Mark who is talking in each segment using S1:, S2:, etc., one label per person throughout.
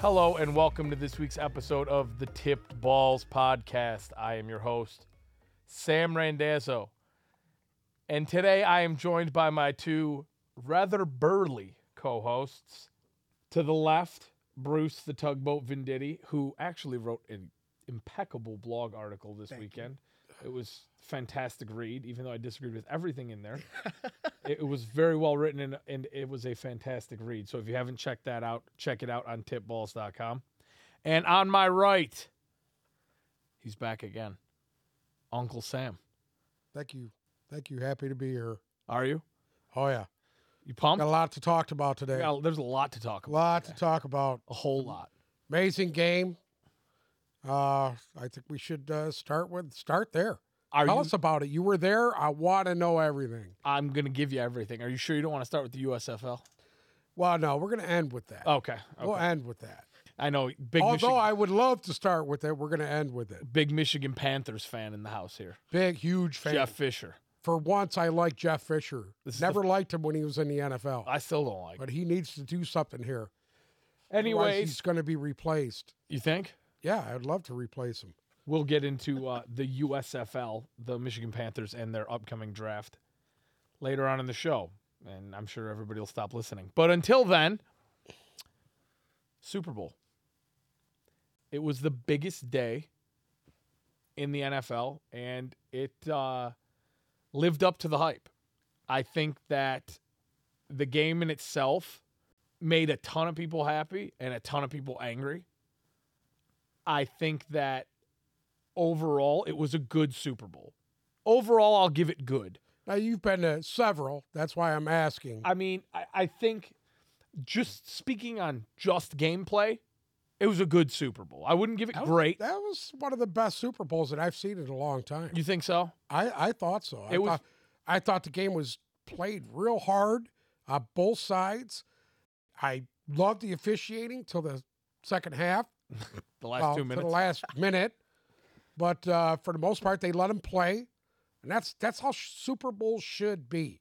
S1: Hello and welcome to this week's episode of the Tipped Balls podcast. I am your host, Sam Randazzo. And today I am joined by my two rather burly co hosts. To the left, Bruce the Tugboat Venditti, who actually wrote an impeccable blog article this weekend. It was fantastic read, even though I disagreed with everything in there. it, it was very well written and, and it was a fantastic read. So if you haven't checked that out, check it out on tipballs.com. And on my right, he's back again. Uncle Sam.
S2: Thank you. Thank you. Happy to be here.
S1: Are you?
S2: Oh yeah.
S1: You
S2: Got a
S1: pumped?
S2: lot to talk about today.
S1: Yeah, there's a lot to talk
S2: A
S1: about.
S2: lot to talk about.
S1: A whole lot.
S2: Amazing game. Uh, I think we should uh, start with start there.
S1: Are
S2: Tell
S1: you,
S2: us about it. You were there. I want to know everything.
S1: I'm going to give you everything. Are you sure you don't want to start with the USFL?
S2: Well, no, we're going to end with that.
S1: Okay.
S2: We'll
S1: Oh, okay.
S2: end with that.
S1: I know big
S2: Although
S1: Michigan,
S2: I would love to start with it, we're going to end with it.
S1: big Michigan Panthers fan in the house here.
S2: Big, huge fan.
S1: Jeff Fisher.
S2: For once, I like Jeff Fisher.
S1: This is the-
S2: Never liked him when he was in the NFL,
S1: I still don't like.
S2: but he needs to do something here. Otherwise,
S1: Anyways,
S2: he's going to be replaced.
S1: you think?
S2: Yeah, I'd love to replace him.
S1: We'll get into uh, the USFL, the Michigan Panthers, and their upcoming draft later on in the show. And I'm sure everybody will stop listening. But until then, Super Bowl. It was the biggest day in the NFL, and it uh, lived up to the hype. I think that the game in itself made a ton of people happy and a ton of people angry. I think that overall, it was a good Super Bowl. Overall, I'll give it good.
S2: Now you've been to several. That's why I'm asking.
S1: I mean, I, I think just speaking on just gameplay, it was a good Super Bowl. I wouldn't give it
S2: That was-
S1: great.
S2: That was one of the best Super Bowls that I've seen in a long time.
S1: You think so?
S2: I, I thought so. I
S1: It was-
S2: thought, I thought the game was played real hard on both sides. I loved the officiating till the second half,
S1: The last
S2: well,
S1: two
S2: to the
S1: minutes.
S2: last minute. But uh, for the most part, they let them play, and that's that's how Super Bowl should be.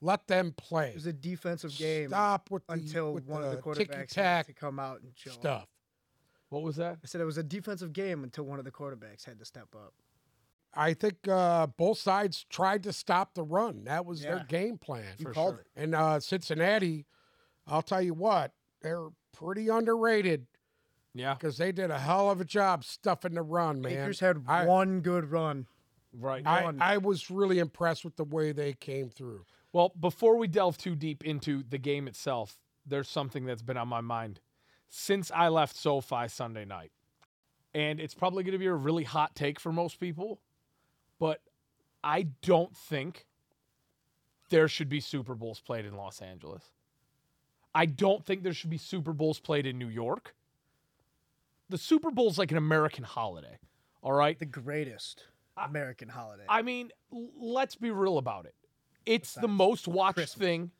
S2: Let them play.
S3: It was a defensive game
S2: Stop with the,
S3: until
S2: with
S3: one of the quarterbacks had to
S2: ticky-tack
S3: come out and show up.
S2: stuff.
S1: What was that?
S3: I said it was a defensive game until one of the quarterbacks had to step up.
S2: I think uh, both sides tried to stop the run. That was
S3: Yeah.
S2: their game plan.
S3: You called it.
S2: And uh, Cincinnati, I'll tell you what, they're pretty underrated
S1: Yeah,
S2: because they did a hell of a job stuffing the run, man.
S3: Akers had
S2: I-
S3: one good run.
S1: right.
S2: I,
S3: one.
S2: I was really impressed with the way they came through.
S1: Well, before we delve too deep into the game itself, there's something that's been on my mind since I left SoFi Sunday night. And it's probably going to be a really hot take for most people, but I don't think there should be Super Bowls played in Los Angeles. I don't think there should be Super Bowls played in New York. The Super Bowl's like an American holiday, all right?
S3: The greatest
S1: I-
S3: American holiday.
S1: I mean, l- let's be real about it. It's the
S3: Besides
S1: most watched
S3: Christmas.
S1: thing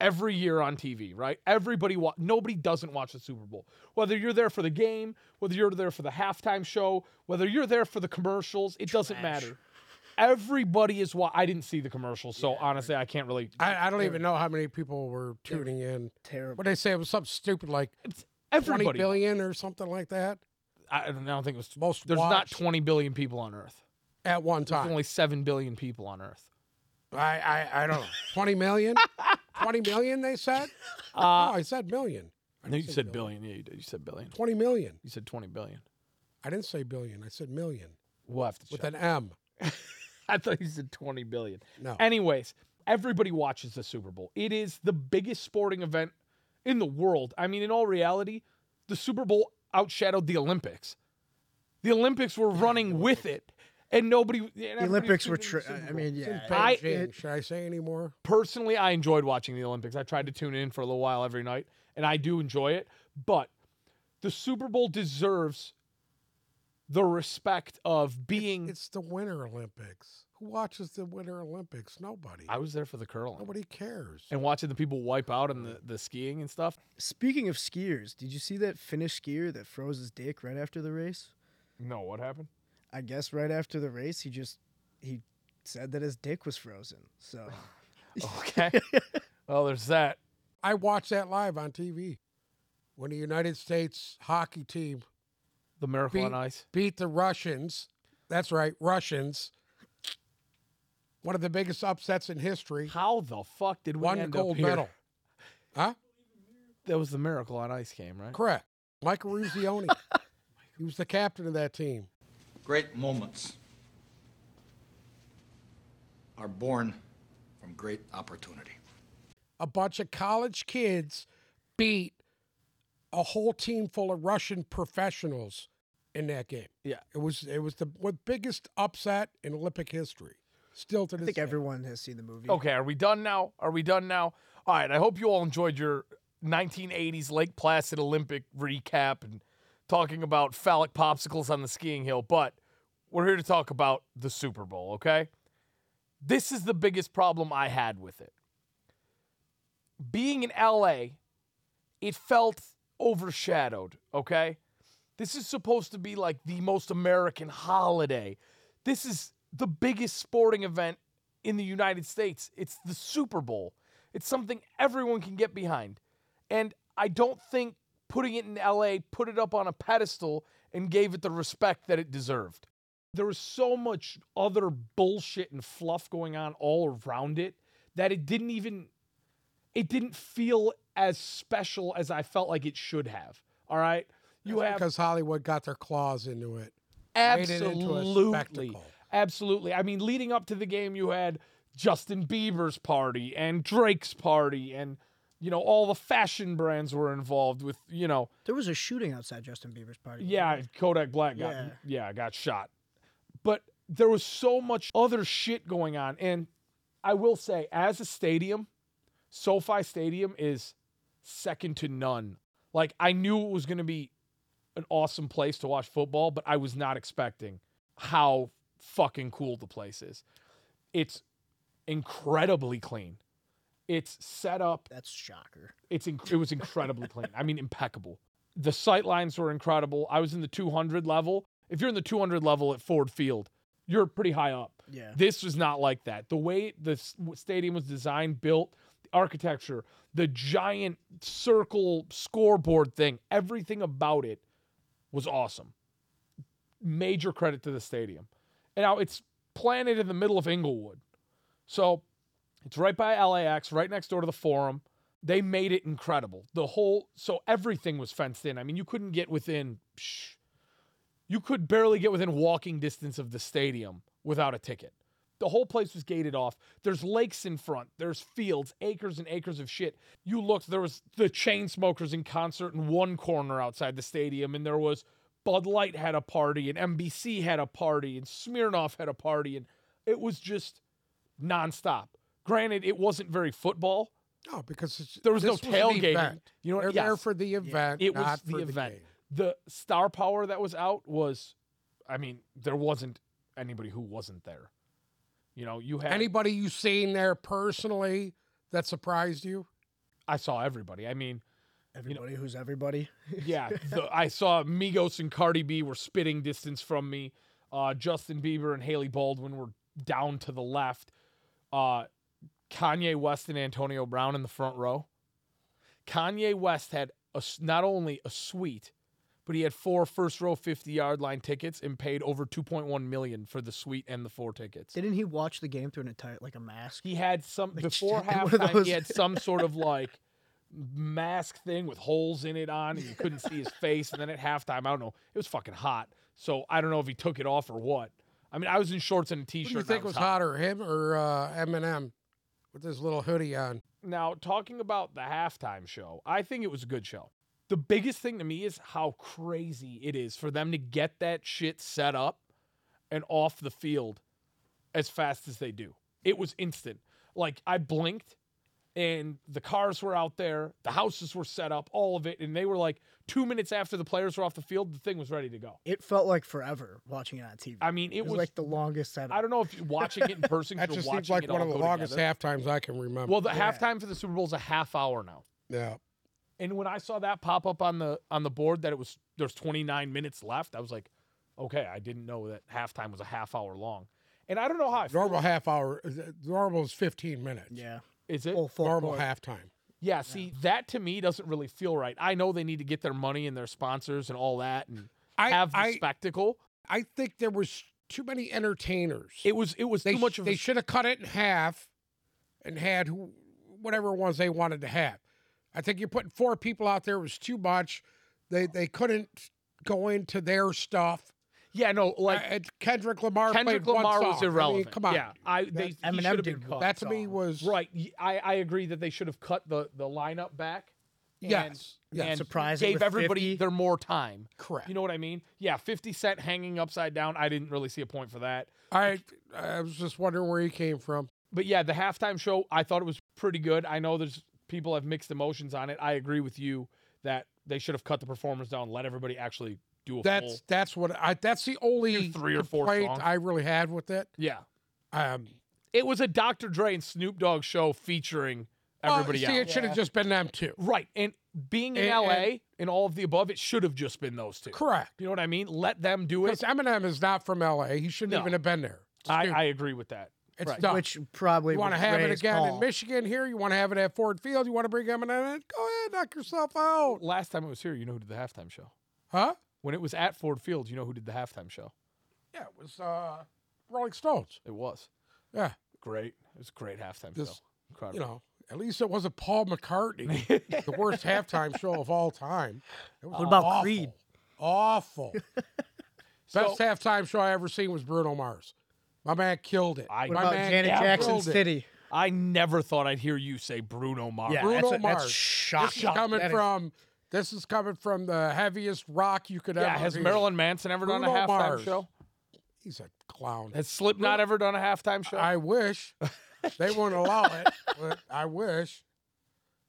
S1: every year on TV, right? Everybody wa- nobody doesn't watch the Super Bowl. Whether you're there for the game, whether you're there for the halftime show, whether you're there for the commercials, it doesn't
S3: Trash.
S1: matter. Everybody is wa- I didn't see the commercials, so honestly, I can't really
S2: I, I don't
S3: They
S2: even know how many people were tuning in.
S3: Terrible.
S2: What they say it was something stupid like twenty
S1: everybody.
S2: billion or something like that.
S1: I, I don't think it was
S2: Most
S1: There's not
S2: watched
S1: 20 billion people on earth.
S2: at one
S1: There's
S2: time.
S1: only 7 billion people on earth.
S2: I, I I don't know. Twenty million? Twenty million they said?
S1: Uh,
S2: oh, I said million. I
S1: no, you
S2: didn't say
S1: said billion. Yeah, you did. You said billion.
S2: 20 million.
S1: You said 20 billion.
S2: I didn't say billion. I said million
S1: We'll have to check.
S2: with an M.
S1: I thought you said 20 billion.
S2: No.
S1: Anyways, everybody watches the Super Bowl. It is the biggest sporting event in the world. I mean, in all reality, the Super Bowl outshadowed the Olympics. The Olympics were running with it, and nobody. and
S3: The
S1: everybody
S3: Olympics
S1: was
S3: were.
S1: tuning
S3: Tri-
S1: in to the Super Bowl.
S3: I- I mean, yeah.
S2: It's in
S3: I-
S1: I-
S2: Beijing.
S3: it-
S2: Should I say any more?
S1: personally, I enjoyed watching the Olympics. I tried to tune in for a little while every night, and I do enjoy it. But the Super Bowl deserves the respect of being.
S2: It's the Winter Olympics. Who watches the Winter Olympics? Nobody.
S1: I was there for the curling
S2: Nobody cares.
S1: and watching the people wipe out and the, the skiing and stuff.
S3: Speaking of skiers, did you see that Finnish skier that froze his dick right after the race?
S1: No, what happened?
S3: I guess right after the race, he just he said that his dick was frozen. So
S1: Okay. well, there's that.
S2: I watched that live on TV. when the United States hockey team
S1: The Miracle
S2: Beat-
S1: on Ice.
S2: beat the Russians. That's right, Russians. One of the biggest upsets in history.
S1: How the fuck did we
S2: One
S1: end up
S2: gold
S1: here?
S2: medal. Huh?
S1: That was the Miracle on Ice game, right?
S2: Correct. Michael Ruzioni. he was the captain of that team.
S4: Great moments are born from great opportunity.
S2: A bunch of college kids beat a whole team full of Russian professionals in that game.
S1: Yeah.
S2: It was it was the wa- biggest upset in Olympic history. Still to this
S3: I think
S2: day.
S3: everyone has seen the movie.
S1: Okay, are we done now? Are we done now? All right, I hope you all enjoyed your 1980s Lake Placid Olympic recap and talking about phallic popsicles on the skiing hill, but we're here to talk about the Super Bowl, okay? This is the biggest problem I had with it. Being in LA, it felt overshadowed, okay? This is supposed to be like the most American holiday. This is the biggest sporting event in the United States. It's the Super Bowl. It's something everyone can get behind. And I don't think putting it in LA put it up on a pedestal and gave it the respect that it deserved. There was so much other bullshit and fluff going on all around it that it didn't even it didn't feel as special as I felt like it should have. All right? You
S2: That's
S1: have
S2: because Hollywood got their claws into it. made it into a
S1: Absolutely.
S2: spectacle.
S1: Absolutely. I mean, leading up to the game, you had Justin Bieber's party and Drake's party, and, you know, all the fashion brands were involved with, you know,
S3: There was a shooting outside Justin Bieber's party.
S1: yeah, Kodak Black got yeah.
S3: Yeah.
S1: got shot. But there was so much other shit going on and I will say as a stadium, SoFi Stadium is second to none. Like I knew it was going to be an awesome place to watch football, but I was not expecting how fucking cool the place is. It's incredibly clean. It's set up
S3: That's shocker.
S1: it's inc- it was incredibly clean. I mean, impeccable. The sight lines were incredible. I was in the 200 level. If you're in the 200 level at Ford Field, you're pretty high up.
S3: Yeah.
S1: This was not like that. The way the s- stadium was designed, built, the architecture, the giant circle scoreboard thing, everything about it was awesome. Major credit to the stadium. And now it's planted in the middle of Inglewood. So it's right by LAX, right next door to the forum. They made it incredible. The whole, so everything was fenced in. I mean, you couldn't get within, psh, you could barely get within walking distance of the stadium without a ticket. The whole place was gated off. There's lakes in front. There's fields, acres and acres of shit. You looked, there was the chain smokers in concert in one corner outside the stadium, and there was Bud Light had a party, and NBC had a party, and Smirnoff had a party, and it was just nonstop. Granted, it wasn't very football.
S2: No, because it's,
S1: There was no
S2: this an
S1: tailgating.
S2: event.
S1: You know what-
S2: they're there
S1: yes.
S2: for the event.
S1: It was
S2: not
S1: the
S2: for
S1: event.
S2: game.
S1: The star power that was out was, I mean, there wasn't anybody who wasn't there. You know, you had.
S2: Anybody you seen there personally that surprised you?
S1: I saw everybody. I mean,
S3: Everybody who's everybody.
S1: yeah, the, I saw Migos and Cardi B were spitting distance from me. Uh, Justin Bieber and Haley Baldwin were down to the left. Uh, Kanye West and Antonio Brown in the front row. Kanye West had a s not only a suite, but he had four first row 50 yard line tickets and paid over 2.1 million for the suite and the four tickets.
S3: Didn't he watch the game through an entire like a mask?
S1: He had some
S3: Like,
S1: before
S3: just one of
S1: halftime.
S3: those-
S1: He had some sort of like mask thing with holes in it on, and you couldn't see his face. And then at halftime, I don't know, it was fucking hot. So I don't know if he took it off or what. I mean, I was in shorts and a
S2: Who
S1: t-shirt.
S2: do you
S1: and I
S2: think was hotter, him or uh, Eminem with his little hoodie on?
S1: Now, talking about the halftime show, I think it was a good show. The biggest thing to me is how crazy it is for them to get that shit set up and off the field as fast as they do. It was instant. Like I blinked and the cars were out there, the houses were set up, all of it, and they were like 2 minutes after the players were off the field, the thing was ready to go.
S3: It felt like forever watching it on TV.
S1: I mean, it,
S3: it was, like the longest setup.
S1: I don't know if you watching it in person 'cause
S2: That
S1: you're
S2: just
S1: watching
S2: seems like
S1: it
S2: one
S1: all
S2: of the
S1: go
S2: longest
S1: together.
S2: half times I can remember.
S1: Well, the
S3: Yeah.
S1: halftime for the Super Bowl is a half hour now.
S2: yeah.
S1: And when I saw that pop up on the on the board that it was there's 29 minutes left, I was like, okay, I didn't know that halftime was a half hour long. And I don't know how I feel.
S2: Normal half hour. Normal is 15 minutes.
S3: Yeah.
S1: Is it?
S3: Full full
S2: Normal
S3: court.
S2: halftime.
S1: Yeah, see, that to me doesn't really feel right. I know they need to get their money and their sponsors and all that and
S2: I
S1: have the
S2: I,
S1: spectacle.
S2: I think there was too many entertainers.
S1: It was it was
S2: they
S1: too much of
S2: they
S1: a,
S2: should have cut it in half and had who, whatever ones they wanted to have. I think you're putting four people out there was too much. They they couldn't go into their stuff.
S1: Yeah, no, like
S2: Uh, Kendrick Lamar
S1: Kendrick
S2: played
S1: Lamar
S2: one
S1: was
S2: song.
S1: irrelevant.
S2: I mean, come on,
S1: Yeah, I they he
S3: Eminem
S1: should have
S3: did
S1: been cut.
S2: that to me was
S1: right. y- I, I agree that they should have cut the the lineup back. and-
S2: Yes, yes.
S1: and
S3: Surprise it
S1: gave
S3: with
S1: everybody
S3: 50.
S1: their more time.
S2: Correct.
S1: You know what I mean? Yeah, 50 Cent hanging upside down. I didn't really see a point for that.
S2: I I was just wondering where he came from.
S1: But yeah, the halftime show, I thought it was pretty good. I know there's people have mixed emotions on it. I agree with you that they should have cut the performers down, let everybody actually do a full.
S2: That's that's what I. That's the only
S1: Do three or four
S2: complaint
S1: songs.
S2: I really had with it.
S1: Yeah.
S2: Um,
S1: It was a Dr. Dre and Snoop Dogg show featuring
S2: well,
S1: everybody
S2: see,
S1: else.
S2: it should have just been them two.
S1: Right. And being in
S2: Oh, And-
S1: LA and, all of the above, it should have just been those two.
S2: Correct.
S1: You know what I mean? Let them do
S2: Because
S1: it.
S2: Eminem is not from L.A. He shouldn't
S1: No.
S2: even have been there. It's
S1: I,
S2: stupid.
S1: I agree with that.
S2: it's
S1: right.
S2: dumb.
S3: which probably
S2: you want to
S3: was
S2: have it
S3: Ray's
S2: again
S3: call.
S2: in Michigan here. You want to have it at Ford Field. You want to bring Eminem in. Go ahead, knock yourself out.
S1: Oh, Last time it was here, you know who did the halftime show?
S2: Huh?
S1: When it was at Ford Field, you know who did the halftime show?
S2: Yeah, it was uh, Rolling Stones.
S1: It was.
S2: Yeah.
S1: Great. It was a great halftime show.
S2: Just,
S1: Incredible.
S2: You know, at least it wasn't Paul McCartney, the worst halftime show of all time. It was
S3: What about
S2: awful,
S3: Creed?
S2: Awful.
S1: So-
S2: Best halftime show I ever seen was Bruno Mars. My man killed it.
S1: I-
S2: My
S3: What about
S2: man
S3: Janet
S2: killed
S3: Jackson's
S2: it.
S3: titty?
S1: I never thought I'd hear you say Bruno Mars.
S3: Yeah,
S2: Bruno
S3: that's, a, that's
S2: Mars.
S3: shocking.
S2: This is coming
S3: That is-
S2: from this is coming from the heaviest rock you could
S1: Yeah,
S2: ever
S1: has
S2: hear.
S1: Marilyn Manson ever done a
S2: Bruno
S1: halftime
S2: Mars.
S1: show?
S2: He's a clown.
S1: Has Slipknot ever done a halftime show?
S2: I wish they won't allow it, but I wish.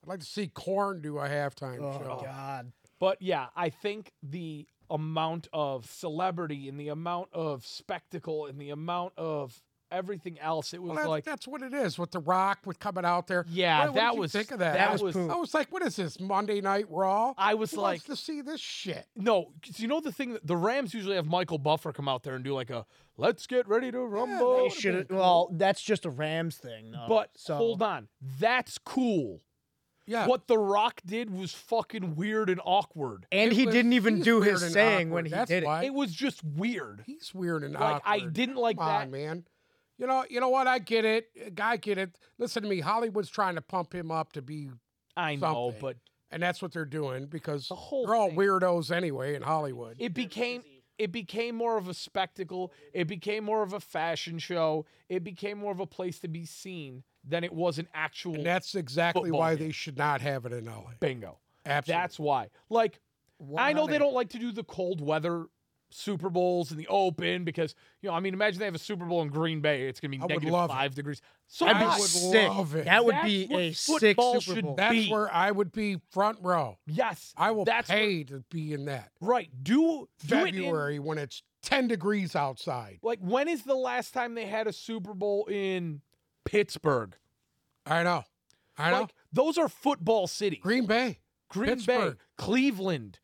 S2: I'd like to see Corn do a halftime
S3: Oh
S2: show.
S3: God!
S1: But yeah, I think the amount of celebrity and the amount of spectacle and the amount of everything else, it was
S2: Well, that-
S1: like,
S2: that's what it is with the Rock with coming out there.
S1: yeah,
S2: What- what did
S1: that
S2: you
S1: was
S2: think of that?
S1: That
S3: That was
S1: was
S3: poo.
S2: I was like, what is this Monday Night Raw?
S1: I was
S2: Who
S1: like,
S2: wants to see this shit.
S1: no, 'cause you know the thing that the Rams usually have Michael Buffer come out there and do like a let's get ready to rumble.
S3: They should. Well, that's just a Rams thing,
S2: Um,
S3: though.
S1: but
S3: so
S1: hold on, that's cool.
S2: Yeah,
S1: What The Rock did was fucking weird and awkward.
S3: and
S2: It
S3: he
S2: was-
S3: didn't even
S2: he's
S3: do
S2: weird
S3: his
S2: and
S3: saying
S2: awkward.
S3: when he
S2: That's
S3: did
S2: why.
S1: It was just weird.
S2: He's weird and
S1: Like I
S2: awkward.
S1: didn't like
S2: Come
S1: that.
S2: on, man. You know, you know what? I get it. I get it. Listen to me. Hollywood's trying to pump him up to be,
S1: I know,
S2: something.
S1: but
S2: and that's what they're doing because
S1: The whole
S2: they're all
S1: thing.
S2: weirdos anyway in Hollywood.
S1: it became it became more of a spectacle. It became more of a fashion show. It became more of a place to be seen than it was an actual
S2: and that's exactly
S1: Football
S2: why
S1: game.
S2: they should not have it in LA.
S1: bingo.
S2: Absolutely.
S1: That's why. Like
S3: it.
S1: I know they don't like to do the cold weather Super Bowls in the open because you know I mean imagine they have a Super Bowl in Green Bay. It's gonna be
S2: I would
S1: negative
S2: love it.
S1: five degrees. So
S3: That'd be
S2: I
S1: hot.
S2: would
S3: sick.
S2: love it.
S3: That would
S1: That's
S3: be
S1: what
S3: a sick
S1: football
S3: Super
S1: should
S3: Bowl.
S1: be.
S2: That's
S1: Beat.
S2: where I would be front row.
S1: yes,
S2: I will
S1: That's
S2: pay to be in that
S1: right. Do do it in
S2: February when it's 10 degrees outside.
S1: Like, when is the last time they had a Super Bowl in Pittsburgh?
S2: I know. I know.
S1: Like, those are football cities.
S2: Green Bay,
S1: Green Bay,
S2: Pittsburgh.
S1: Cleveland.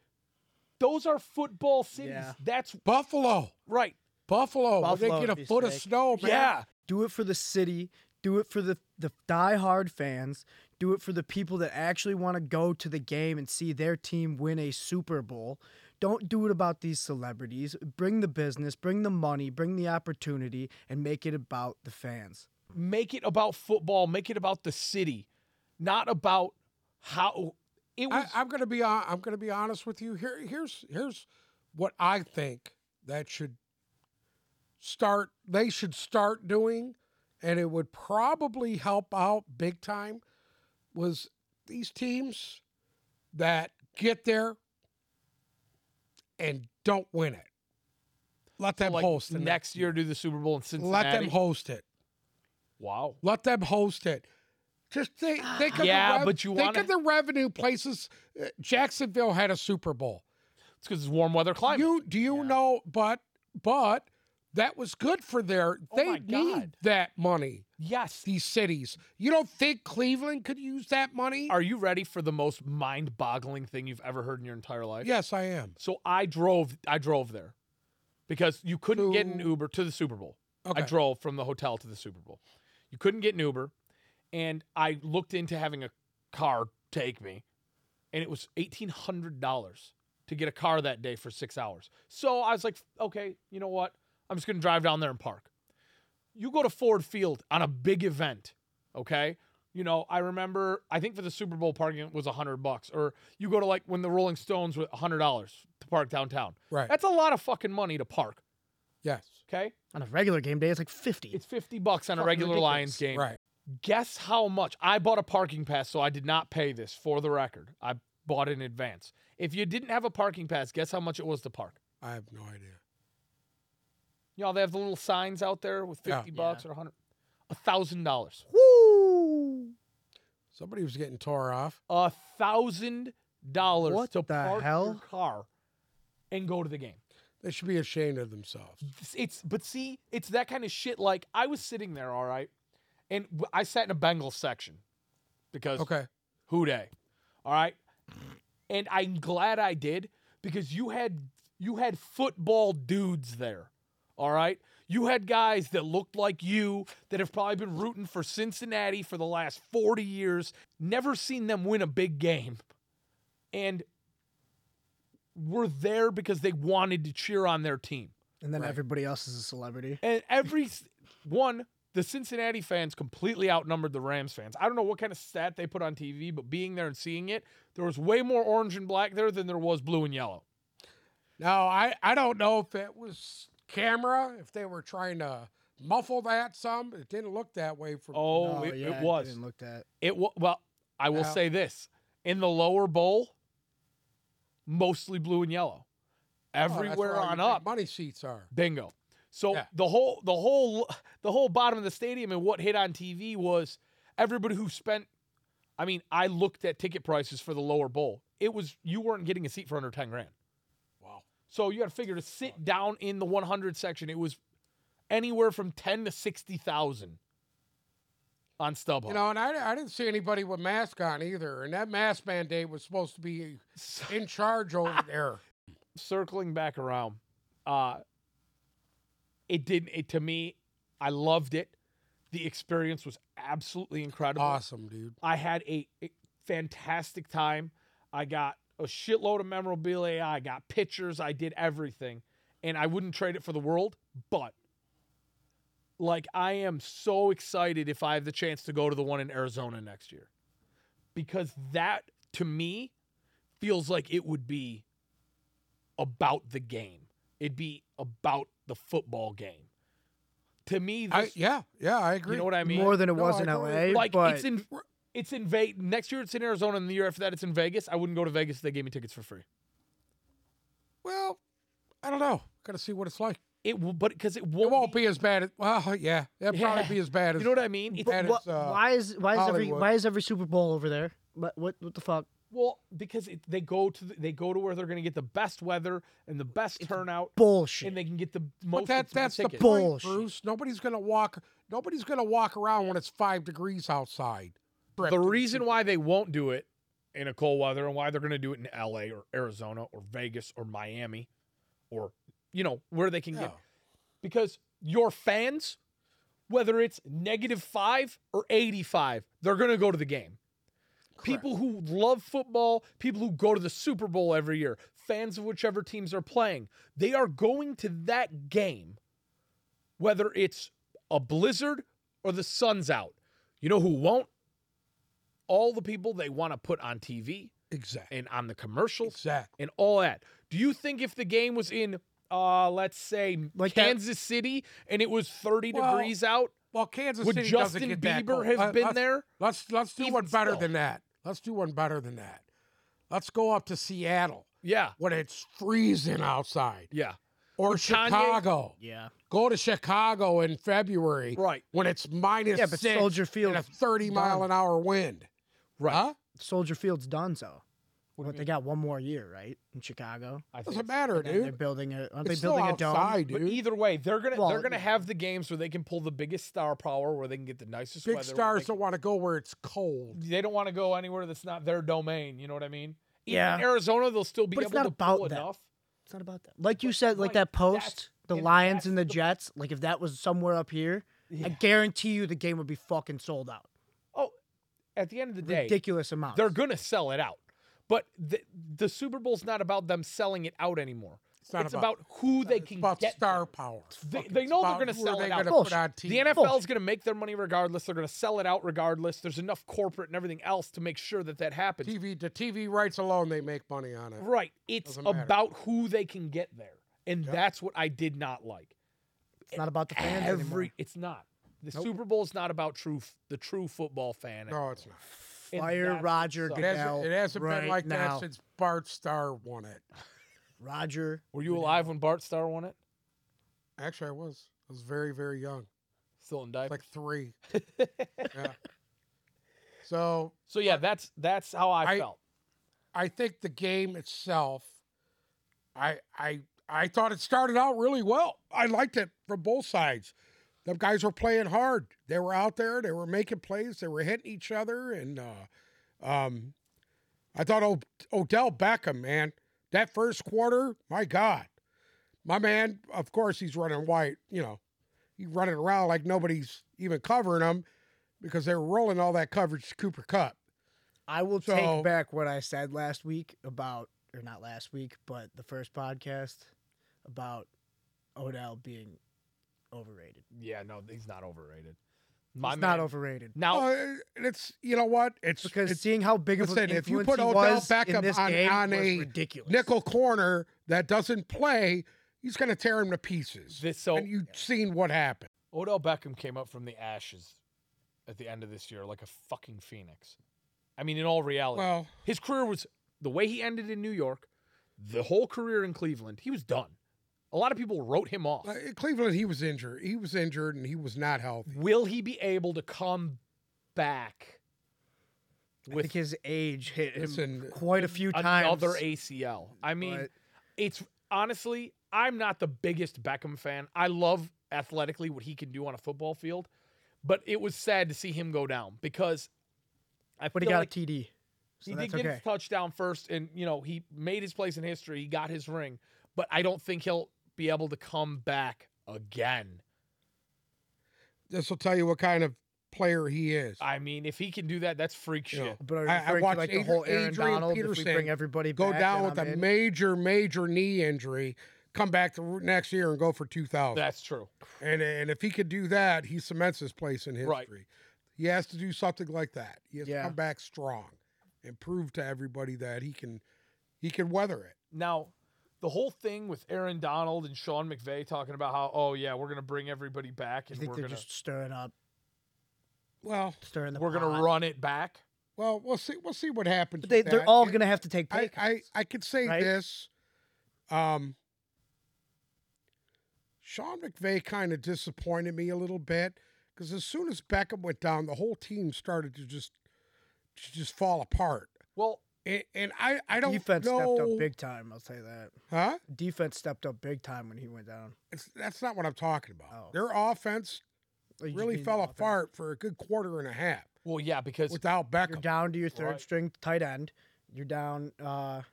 S1: Those are football cities.
S3: Yeah.
S1: That's
S2: Buffalo,
S1: right.
S2: Buffalo. when
S3: Buffalo
S2: they
S3: would
S2: get
S3: be
S2: a foot of
S3: sick.
S2: snow, Oh, man.
S1: Yeah.
S3: do it for the city. Do it for the the diehard fans. Do it for the people that actually want to go to the game and see their team win a Super Bowl. Don't do it about these celebrities. Bring the business, bring the money, bring the opportunity, and make it about the fans.
S1: Make it about football. Make it about the city, not about how it
S2: I,
S1: was.
S2: I'm gonna be hon- I'm gonna be honest with you. Here here's here's what I think that should start they should start doing, and it would probably help out big time. Was these teams that get there and don't win it? Let them
S1: like,
S2: host the
S1: next year, do the Super Bowl in
S2: year.
S1: Cincinnati.
S2: Let them host it.
S1: wow.
S2: Let them host it. Just think, think of
S1: Yeah,
S2: the rev-
S1: but you
S2: think
S1: wanna-
S2: of the revenue places. uh, Jacksonville had a Super Bowl.
S1: It's because it's warm weather climate.
S2: You do you know? But but that was good for their.
S1: Oh
S2: they
S1: my God.
S2: need that money.
S1: yes.
S2: These cities. You don't think Cleveland could use that money?
S1: Are you ready for the most mind-boggling thing you've ever heard in your entire life?
S2: yes, I am.
S1: So I drove. I drove there because you couldn't get an
S2: To-
S1: Uber to the Super Bowl.
S2: Okay.
S1: I drove from the hotel to the Super Bowl. You couldn't get an Uber, and I looked into having a car take me? And it was $1,800 to get a car that day for six hours. So I was like, okay, you know what? I'm just going to drive down there and park. You go to Ford Field on a big event, okay? You know, I remember, I think for the Super Bowl parking was 100 bucks. Or you go to like when the Rolling Stones were $100 to park downtown.
S2: Right.
S1: That's a lot of fucking money to park,
S2: Yes.
S1: okay?
S3: On a regular game day, it's like 50.
S1: It's 50 bucks on a
S3: Fucking
S1: regular
S3: ridiculous.
S1: Lions game
S2: Right.
S1: guess how much I bought a parking pass, so I did not pay this for the record. I bought it in advance. If you didn't have a parking pass, guess how much it was to park?
S2: I have no idea.
S1: You know, they have the little signs out there with
S2: Yeah.
S1: 50 bucks or 100 a thousand dollars.
S3: Woo!
S2: Somebody was getting tore off.
S1: A thousand dollars
S3: What
S1: to
S3: the
S1: park your
S3: hell?
S1: car and go to the game.
S2: They should be ashamed of themselves.
S1: It's- It's but see, it's that kind of shit. Like I was sitting there, all right, and w- I sat in a Bengals section because
S2: Okay.
S1: Who day? All right. And I'm glad I did because you had you had football dudes there. All right. You had guys that looked like you that have probably been rooting for Cincinnati for the last 40 years, never seen them win a big game. And were there because they wanted to cheer on their team.
S3: And then
S2: Right.
S3: everybody else is a celebrity.
S1: And every s- one, the Cincinnati fans completely outnumbered the Rams fans. I don't know what kind of stat they put on TV, but being there and seeing it, there was way more orange and black there than there was blue and yellow.
S2: Now, I, I don't know if it was camera, if they were trying to muffle that some. It didn't look that way from
S1: Oh,
S3: No,
S1: it,
S3: yeah,
S1: it was.
S3: Didn't look that.
S1: It was. Well, I will
S2: Yeah.
S1: say this: in the lower bowl, mostly blue and yellow.
S2: Oh, that's
S1: Everywhere
S2: where all
S1: on
S2: your big
S1: up,
S2: Money seats are.
S1: bingo. So
S2: Yeah.
S1: the whole, the whole, the whole bottom of the stadium and what hit on TV was everybody who spent. I mean, I looked at ticket prices for the lower bowl. It was you weren't getting a seat for under ten grand.
S2: Wow.
S1: So you got to figure to sit down in the 100 section. It was anywhere from 10 to 60,000 on StubHub.
S2: You know, and I, I didn't see anybody with mask on either. And that mask mandate was supposed to be
S1: So-
S2: in charge
S1: Ah.
S2: over there.
S1: circling back around, uh, it didn't. It to me, I loved it. The experience was absolutely incredible.
S2: Awesome, dude.
S1: I had a, a fantastic time. I got a shitload of memorabilia. I got pictures. I did everything, and I wouldn't trade it for the world. But like, I am so excited if I have the chance to go to the one in Arizona next year, because that to me feels like it would be about the game. It'd be about the football game. To me, this,
S2: I, yeah, yeah, I agree.
S1: you know what I mean.
S3: More than it
S2: No,
S3: was
S2: I
S3: in
S2: totally
S3: LA.
S2: agree.
S1: Like
S3: but
S1: it's in it's in Vegas. Next year it's in Arizona, and the year after that it's in Vegas. I wouldn't go to Vegas if they gave me tickets for free.
S2: well, I don't know. Got to see what it's like.
S1: It will, but because it won't,
S2: It won't be as bad as well. Yeah, that'd probably
S1: Yeah.
S2: be as bad as
S1: You know what I mean? It's,
S2: bad
S3: Wha-
S2: as, uh,
S3: why is why is every
S2: Hollywood.
S3: why is every Super Bowl over there? What what, what the fuck?
S1: well, because it, they go to the, they go to where they're going to get the best weather and the best turnout,
S3: Bullshit.
S1: and they can get the
S2: But
S1: most.
S2: that,
S1: expensive
S2: that's the
S1: tickets.
S2: point,
S3: Bullshit.
S2: Bruce. Nobody's gonna walk. Nobody's gonna walk around when it's five degrees outside. Brett.
S1: the reason why they won't do it in a cold weather and why they're going to do it in L.A. or Arizona or Vegas or Miami, or you know where they can
S2: Yeah.
S1: get because your fans, whether it's negative five or 85, they're going to go to the game. People who love football, people who go to the Super Bowl every year, fans of whichever teams are playing, they are going to that game, whether it's a blizzard or the sun's out. You know who won't? All the people they want to put on TV
S2: exactly.
S1: and on the commercials
S2: Exactly.
S1: and all that. Do you think if the game was in, uh, let's say,
S3: Like that-
S1: Kansas City and it was 30
S2: Well,
S1: degrees out,
S2: Well, Kansas
S1: would
S2: City
S1: Justin
S2: doesn't get that
S1: Bieber
S2: cold. Uh,
S1: have
S2: Let-
S1: been
S2: let's-
S1: there?
S2: Let's let's do
S1: Even
S2: one better
S1: Uh, still.
S2: than that. Let's do one better than that. Let's go up to Seattle
S1: Yeah,
S2: when it's freezing outside,
S1: yeah,
S2: or,
S1: Kanye-
S2: Chicago.
S3: yeah.
S2: Go to Chicago in February
S1: right,
S2: when it's minus
S3: Yeah, but
S2: six
S3: Soldier
S2: and
S3: Field
S2: a thirty mile an hour wind.
S1: right.
S2: Huh?
S3: Soldier Field's done so.
S1: What do you
S3: But they
S1: mean?
S3: got one more year, right? In Chicago.
S1: I think
S2: Doesn't
S1: it's-
S2: matter,
S3: And they're
S2: dude.
S3: building a
S2: It's
S3: aren't they
S2: still
S3: building a dome?
S2: outside,
S1: But
S2: dude.
S1: either way, they're gonna
S3: Well,
S1: they're gonna have the games where they can pull the biggest star power, where they can get the nicest
S2: Big
S1: weather. where
S2: stars
S1: they,
S2: don't want to go where it's cold.
S1: they don't want to go anywhere that's not their domain. You know what I mean? Even
S3: Yeah.
S1: In Arizona, they'll still be
S3: But
S1: able
S3: it's not
S1: to
S3: about
S1: pull
S3: that.
S1: enough.
S3: It's not about that. Like you said,
S1: Mike,
S3: like that
S1: that's-
S3: post, the
S1: and that's
S3: Lions and the
S1: the-
S3: Jets, like if that was somewhere up here,
S1: Yeah.
S3: I guarantee you the game would be fucking sold out.
S1: at the end of the day,
S3: ridiculous amount.
S1: they're going to sell it out. But the, the Super Bowl's not about them selling it out anymore. It's,
S2: not
S1: about,
S2: about-
S1: who they can
S2: about
S1: get.
S2: star power.
S1: They,
S2: Fuck,
S1: they
S2: it's
S1: know
S2: about
S1: they're going to
S2: who are
S1: sell
S2: they
S1: it out.
S2: gonna put
S3: Bullshit.
S2: on
S1: The
S2: TV.
S1: NFL is going to make their money regardless. They're going to sell it out regardless. There's enough corporate and everything else to make sure that that happens.
S2: TV, the TV rights alone, they make money on it.
S1: Right. It's
S2: Doesn't matter.
S1: about who they can get there. And that's what I did not like.
S3: it's not about the fans
S1: Every
S3: anymore.
S1: it's not. The Super Bowl is not about true f- the true football fan.
S2: No, it's not.
S1: And
S3: Fire
S1: that's
S3: Roger
S1: what
S2: It
S1: sucks.
S3: Goodell.
S2: hasn't, it hasn't
S3: right
S2: been like
S3: now.
S2: that since Bart Starr won it.
S3: Roger.
S1: Were you alive when Bart Starr won it?
S2: Actually, I was. I was very, very young.
S1: Still in diapers.
S2: Like three. yeah. So
S1: so yeah, that's that's how I,
S2: I-
S1: felt.
S2: I think the game itself, I I I thought it started out really well. I liked it from both sides. The guys were playing hard. They were out there. They were making plays. They were hitting each other. And uh, um, I thought o- Odell Beckham, man, that first quarter, my God, my man. Of course, he's running white. You know, he's running around like nobody's even covering him because they were rolling all that coverage to Cooper Cup.
S3: I will take
S2: So-
S3: back what I said last week about, or not last week, but the first podcast about Odell being overrated.
S1: Yeah, no, he's not overrated.
S3: He's
S1: My man,
S3: not overrated
S1: now
S2: Uh, and it's you know what? It's
S3: because
S2: it's,
S3: seeing how big of an
S2: listen,
S3: influence
S2: if you put
S3: he
S2: Odell
S3: was in
S2: Beckham
S3: this
S2: on-
S3: game
S2: on
S3: was
S2: a
S3: ridiculous.
S2: nickel corner that doesn't play, he's going to tear him to pieces.
S1: this so
S2: and you've seen what happened.
S1: Odell Beckham came up from the ashes at the end of this year like a fucking phoenix. I mean, in all reality,
S2: Well,
S1: his career was the way he ended in New York, the whole career in Cleveland. He was done. A lot of people wrote him off.
S2: uh, in Cleveland, he was injured. He was injured, and he was not healthy.
S1: Will he be able to come back
S3: I
S1: with
S3: think his age hit him
S2: Listen,
S3: quite a few times.
S1: another ACL? I mean,
S3: but
S1: it's honestly, I'm not the biggest Beckham fan. I love athletically what he can do on a football field, but it was sad to see him go down because I
S3: but he
S1: feel
S3: got
S1: like
S3: a TD. So
S1: he did
S3: that's
S1: get
S3: okay.
S1: his touchdown first, and you know he made his place in history. He got his ring, but I don't think he'll be able to come back again.
S2: This will tell you what kind of player he is.
S1: I mean, if he can do that, that's freak shit.
S2: You know,
S3: But are you
S2: I- I
S3: referring to
S2: watched
S3: like the
S2: Adri-
S3: whole Aaron
S2: Adrian
S3: Donald? if we
S2: Peterson
S3: bring everybody
S2: go
S3: back,
S2: down
S3: then
S2: with
S3: I'm
S2: a
S3: in?
S2: major, major knee injury. Come back the r- next year and go for two thousand.
S1: That's true.
S2: And and if he could do that, he cements his place in history.
S1: Right.
S2: He has to do something like that. He has
S3: Yeah.
S2: to come back strong and prove to everybody that he can he can weather it.
S1: Now, the whole thing with Aaron Donald and Sean McVay talking about how, oh yeah, we're gonna bring everybody back
S3: You
S1: and
S3: think
S1: we're
S3: they're
S1: gonna
S3: just stirring up,
S2: Well,
S3: stirring the
S1: we're gonna
S3: pot.
S1: run it back.
S2: well, we'll see we'll see what happens.
S3: But they,
S2: with
S3: they're
S2: that.
S3: all
S2: It-
S3: going to have to take pay
S2: I,
S3: cuts.
S2: I I could say
S3: right?
S2: this. Um Sean McVay kind of disappointed me a little bit because as soon as Beckham went down, the whole team started to just to just fall apart.
S1: Well,
S2: And, and I I don't
S3: Defense
S2: know,
S3: stepped up big time. I'll tell you that.
S2: huh?
S3: Defense stepped up big time when he went down.
S2: It's, that's not what I'm talking about.
S3: Oh.
S2: Their offense
S3: Like, you
S2: really
S3: mean
S2: fell
S3: offense.
S2: apart for a good quarter and a half
S1: well, yeah, because
S2: without
S3: You're
S2: Beckham.
S3: down to your third
S1: Right.
S3: string tight end. You're down, uh,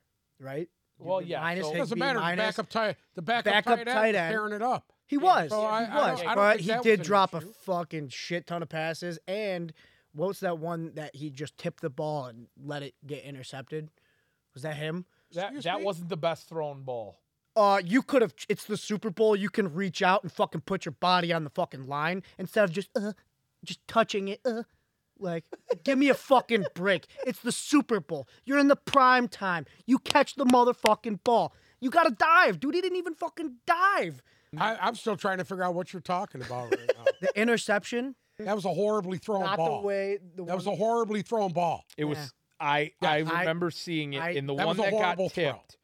S3: right?
S1: Well,
S3: You're
S1: yeah,
S3: Minus
S1: so-
S2: It doesn't
S3: Higbee,
S2: matter. The
S3: minus-
S2: backup tight, the backup,
S3: Backup
S2: tight,
S3: tight
S2: end, was
S3: end.
S2: tearing it up.
S3: He was.
S1: so I-
S3: he
S1: I don't-
S3: was.
S1: I don't
S3: but
S2: think
S3: he
S2: that
S3: did
S2: was an
S3: drop a
S2: issue.
S3: fucking shit ton of passes. And what was that one that he just tipped the ball and let it get intercepted? Was that him?
S1: that
S2: Excuse
S1: that
S2: me?
S1: wasn't the best thrown ball.
S3: Uh, you could have. It's the Super Bowl. You can reach out and fucking put your body on the fucking line instead of just uh, just touching it. Uh, like, give me a fucking break. It's the Super Bowl. You're in the prime time. You catch the motherfucking ball. You gotta dive, dude. He didn't even fucking dive.
S2: I, I'm still trying to figure out what you're talking about right
S3: The interception,
S2: now. that was a horribly thrown
S3: not
S2: ball.
S3: the way the
S2: that was a
S3: one-
S2: horribly thrown ball.
S1: It was
S3: Yeah.
S1: I I
S3: I-
S1: remember seeing it
S3: I-
S1: in the
S2: That
S1: one
S2: was
S1: that
S2: a
S1: got
S2: horrible
S1: tipped.
S2: throw.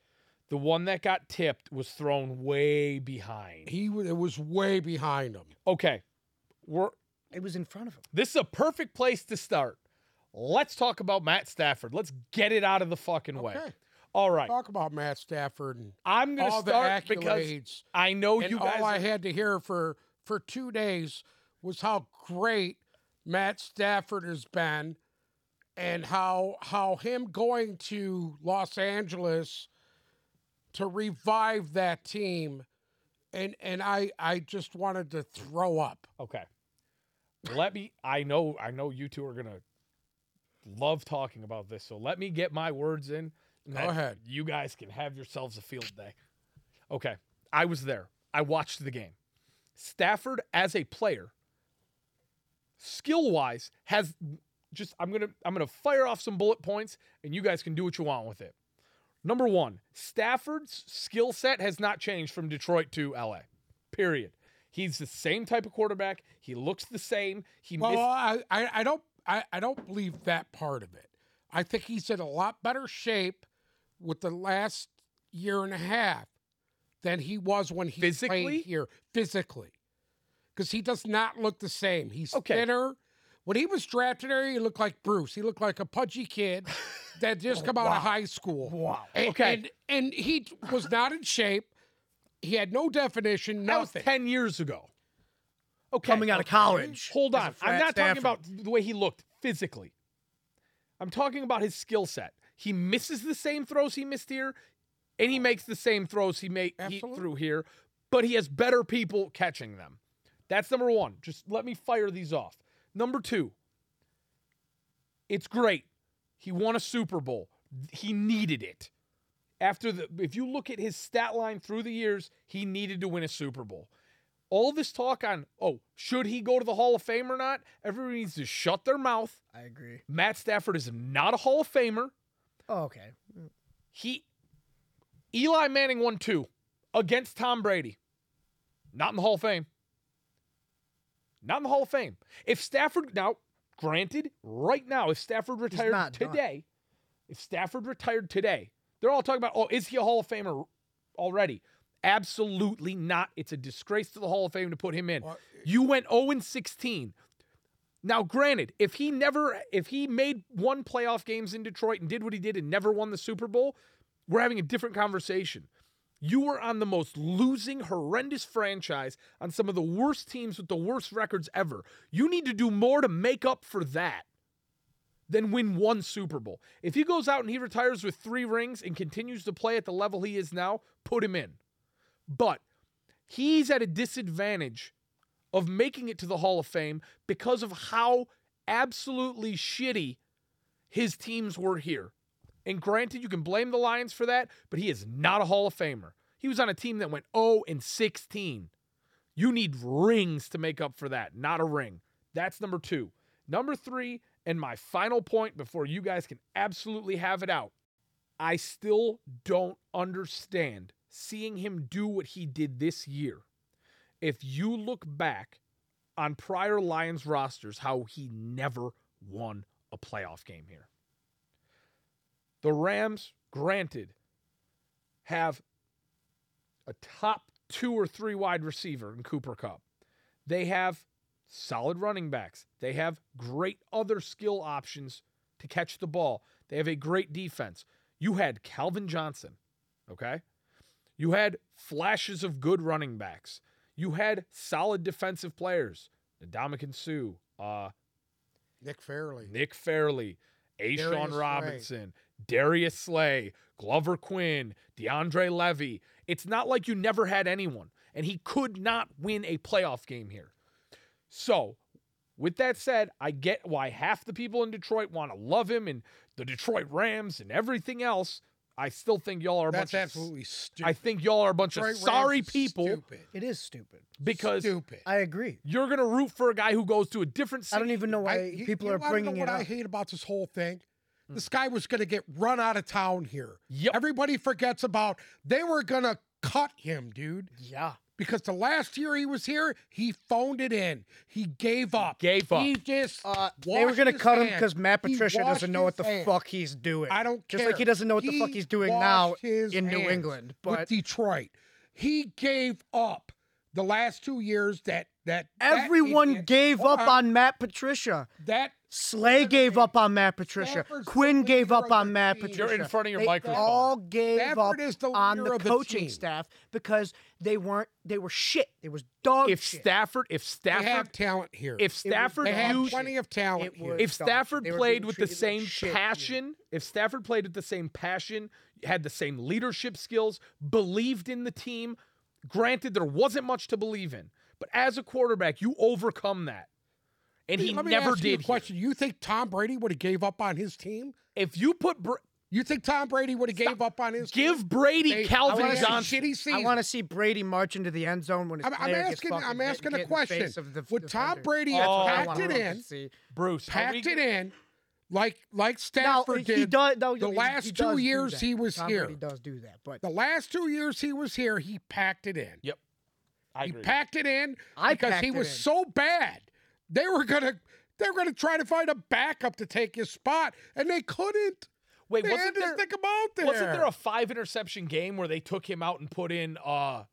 S1: The one that got tipped was thrown way behind.
S2: He w- it was way behind him.
S1: Okay. We're
S3: It was in front of him.
S1: this is a perfect place to start. Let's talk about Matt Stafford. Let's get it out of the fucking way.
S2: Okay.
S1: All right.
S2: Talk about Matt Stafford and
S1: I'm going to
S2: all the
S1: start because
S2: accolades.
S1: I know
S2: and
S1: you guys
S2: all I had to hear for for two days was how great Matt Stafford has been, and how how him going to Los Angeles to revive that team, and and I I just wanted to throw up.
S1: Okay. Let me I know I know you two are going to love talking about this. So let me get my words in. and
S2: Go
S1: then
S2: ahead.
S1: You guys can have yourselves a field day. Okay. I was there. I watched the game. Stafford as a player, skill wise, has just I'm gonna I'm gonna fire off some bullet points and you guys can do what you want with it. Number one, Stafford's skill set has not changed from Detroit to LA. Period. He's the same type of quarterback. He looks the same. He
S2: Well,
S1: missed-
S2: I, I, I don't I, I don't believe that part of it. I think he's in a lot better shape with the last year and a half than he was when he
S1: Physically?
S2: played here physically, because he does not look the same. He's
S1: Okay.
S2: thinner. When he was drafted here, he looked like Bruce. He looked like a pudgy kid that just come out of high school.
S3: Wow.
S2: And,
S1: Oh, Okay.
S2: And, and he was not in shape. He had no definition,
S1: that was
S2: nothing.
S1: ten years ago. Okay.
S3: Coming out of college.
S1: Hold
S3: as a
S1: on. I'm
S3: frat
S1: not talking
S3: Stafford.
S1: about the way he looked physically. I'm talking about his skill set. He misses the same throws he missed here, and he makes the same throws he made he
S2: Absolutely.
S1: through here, but he has better people catching them. That's number one. Just let me fire these off. Number two, it's great. He won a Super Bowl. He needed it. After the if you look at his stat line through the years, he needed to win a Super Bowl all this talk on oh should he go to the hall of fame or not everyone needs to shut their mouth
S3: I agree.
S1: matt stafford is not a hall of famer
S3: Oh, okay.
S1: he eli manning won two against tom brady not in the hall of fame not in the hall of fame if stafford now granted right now if stafford retired
S3: not done.
S1: today if stafford retired today they're all talking about oh is he a hall of famer already absolutely not it's a disgrace to the hall of fame to put him in
S2: Well,
S1: you went 0 and 16. Now, granted, if he never, if he made one playoff games in Detroit and did what he did and never won the Super Bowl, we're having a different conversation. You were on the most losing, horrendous franchise on some of the worst teams with the worst records ever. You need to do more to make up for that than win one Super Bowl. If he goes out and he retires with three rings and continues to play at the level he is now, put him in. But he's at a disadvantage of making it to the Hall of Fame because of how absolutely shitty his teams were here. And granted, you can blame the Lions for that, but he is not a Hall of Famer. He was on a team that went 0 and 16. You need rings to make up for that, not a ring. That's number two. Number three, and my final point before you guys can absolutely have it out. I still don't understand seeing him do what he did this year if you look back on prior Lions rosters, how he never won a playoff game here. The Rams, granted, have a top two or three wide receiver in Cooper Cup. They have solid running backs. They have great other skill options to catch the ball. They have a great defense. You had Calvin Johnson, okay? You had flashes of good running backs. You had solid defensive players. Ndamukong Sue, uh,
S2: Nick Fairley.
S1: Nick Fairley,
S2: Darius
S1: Ashawn
S2: Slay.
S1: Robinson, Darius Slay, Glover Quinn, DeAndre Levy. It's not like you never had anyone, and he could not win a playoff game here. So, with that said, I get why half the people in Detroit want to love him and the Detroit Rams and everything else. I still think y'all are a
S2: That's
S1: bunch
S2: absolutely
S1: of
S2: stupid.
S1: I think y'all are a bunch
S2: Detroit
S1: of
S2: Rams
S1: sorry
S2: is
S1: people
S2: Stupid.
S3: It is stupid.
S1: because
S2: stupid.
S3: I agree.
S1: you're gonna root for a guy who goes to a different
S3: I
S1: city.
S3: don't even know why
S2: I- you-
S3: people
S2: you
S3: are
S2: wanna
S3: bringing
S2: know
S3: it
S2: what
S3: up. Hmm.
S2: I hate about this whole thing. This guy was going to get run out of town here.
S1: Yep.
S2: Everybody forgets about they were going to cut him, dude,
S3: yeah.
S2: because the last year he was here, he phoned it in. He gave up.
S1: Gave up.
S2: He just
S3: Uh, they were
S2: washed
S3: gonna
S2: his
S3: cut him
S2: hands.
S3: because Matt
S2: He
S3: Patricia
S2: washed
S3: doesn't know what
S2: his
S3: the
S2: hands.
S3: fuck he's doing.
S2: I don't
S3: Just
S2: care.
S3: like he doesn't know what the
S2: He
S3: fuck he's doing now
S2: washed his
S3: in New
S2: hands
S3: England. But
S2: with Detroit, he gave up the last two years. That that that
S3: everyone
S2: idiot-
S3: gave
S2: Hold
S3: up on Matt Patricia.
S2: that
S3: Slay gave up on Matt Patricia.
S2: Stafford's the
S3: Quinn gave
S2: leader
S3: up
S2: of the
S3: on Matt
S2: team.
S3: Patricia.
S1: You're in front of your
S3: they
S1: microphone.
S3: all gave
S2: Stafford
S3: up
S2: is the
S3: on
S2: leader
S3: the
S2: of the
S3: coaching
S2: team.
S3: staff because they weren't. They were shit. It was dog
S1: if
S3: shit.
S1: Stafford, if
S2: they have
S1: Stafford,
S2: talent here.
S1: if Stafford
S2: they have
S1: used,
S2: plenty of talent
S3: It
S2: here.
S3: was-
S1: if
S3: dog shit.
S1: Stafford
S3: They were
S1: played
S3: being
S1: with the
S3: treated like
S1: same
S3: shit here.
S1: passion, if Stafford played with the same passion, had the same leadership skills, believed in the team, granted there wasn't much to believe in, but as a quarterback, you overcome that. and he
S2: Let me
S1: never
S2: ask you a
S1: did. here.
S2: question. You think Tom Brady would have gave up on his team?
S1: If you put Br-
S2: You think Tom Brady would have gave up on his team?
S1: give Brady
S2: Hey,
S1: Calvin
S2: I wanna see
S1: Johnson,
S2: Shitty season.
S3: I want to see Brady march into the end zone when his
S2: I'm, I'm
S3: player gets
S2: asking.
S3: fucking
S2: I'm
S3: hit and
S2: asking
S3: get
S2: a
S3: in the face
S2: question.
S3: of the
S2: Would Tom
S3: defender. Oh,
S2: Brady
S1: That's what I
S2: have packed
S1: wanna
S2: it
S1: fucking
S2: in?
S3: See.
S1: Bruce, are we-
S2: Packed it in, like like
S3: Now,
S2: Stafford
S3: he
S2: did.
S3: does, no,
S2: the
S3: he- he
S2: last two
S3: does do
S2: years
S3: that.
S2: he was
S3: Tom
S2: here.
S3: Brady does do that, but
S2: The last two years he was here, he packed it in.
S1: Yep, I
S2: He
S1: agree.
S2: packed it in
S3: I
S2: because
S3: packed
S2: he
S3: it
S2: was
S3: in.
S2: so bad. They were gonna they were gonna try to find a backup to take his spot, and they couldn't.
S1: Wait,
S2: They had
S1: wasn't
S2: to
S1: there
S2: stick him out there.
S1: wasn't there a five interception game where they took him out and put in uh, uh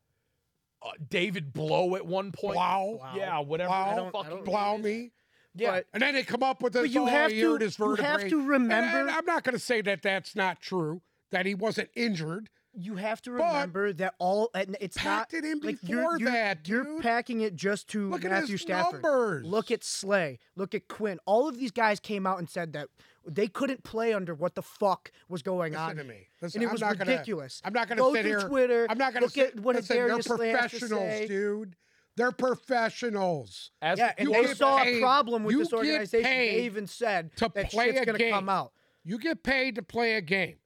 S1: David Blow at one point?
S2: Blau?
S1: Yeah, whatever.
S2: Blau?
S1: the
S2: I don't-
S1: fucking
S3: I don't
S1: name
S2: Blow
S1: is.
S2: me.
S1: Yeah,
S3: But-
S2: And then they come up with this.
S3: But you
S2: oh,
S3: have
S2: here
S3: to-
S2: it is,
S3: you have
S2: vertebrae.
S3: to
S2: And- and
S3: remember-
S2: I'm not going to say that that's not true. That he wasn't injured.
S3: you have to remember that all and it's
S2: Packed
S3: not
S2: it in
S3: like you're-
S2: before
S3: you're,
S2: that,
S3: You're
S2: dude.
S3: packing it just to
S2: Look at
S3: Matthew
S2: his
S3: Stafford.
S2: numbers.
S3: Look at Slay. Look at Quinn. All of these guys came out and said that they couldn't play under what the fuck was going on.
S2: Listen to me. Listen,
S3: and it
S2: I'm
S3: was
S2: not gonna-
S3: ridiculous.
S2: I'm not going
S3: Go
S2: to sit
S3: to
S2: here.
S3: Twitter.
S2: I'm not going to
S3: look at what
S2: listen, They're
S3: Kadarius Slay has to say.
S2: professionals, dude. They're professionals.
S1: As
S3: Yeah, and
S2: You
S3: they
S2: get
S3: saw
S2: paid-
S3: a problem with
S2: you
S3: this
S2: get
S3: organization. They
S2: paid
S3: even said
S2: to
S3: that
S2: play
S3: shit's
S2: a
S3: gonna
S2: game.
S3: come out.
S2: You get paid to play a game,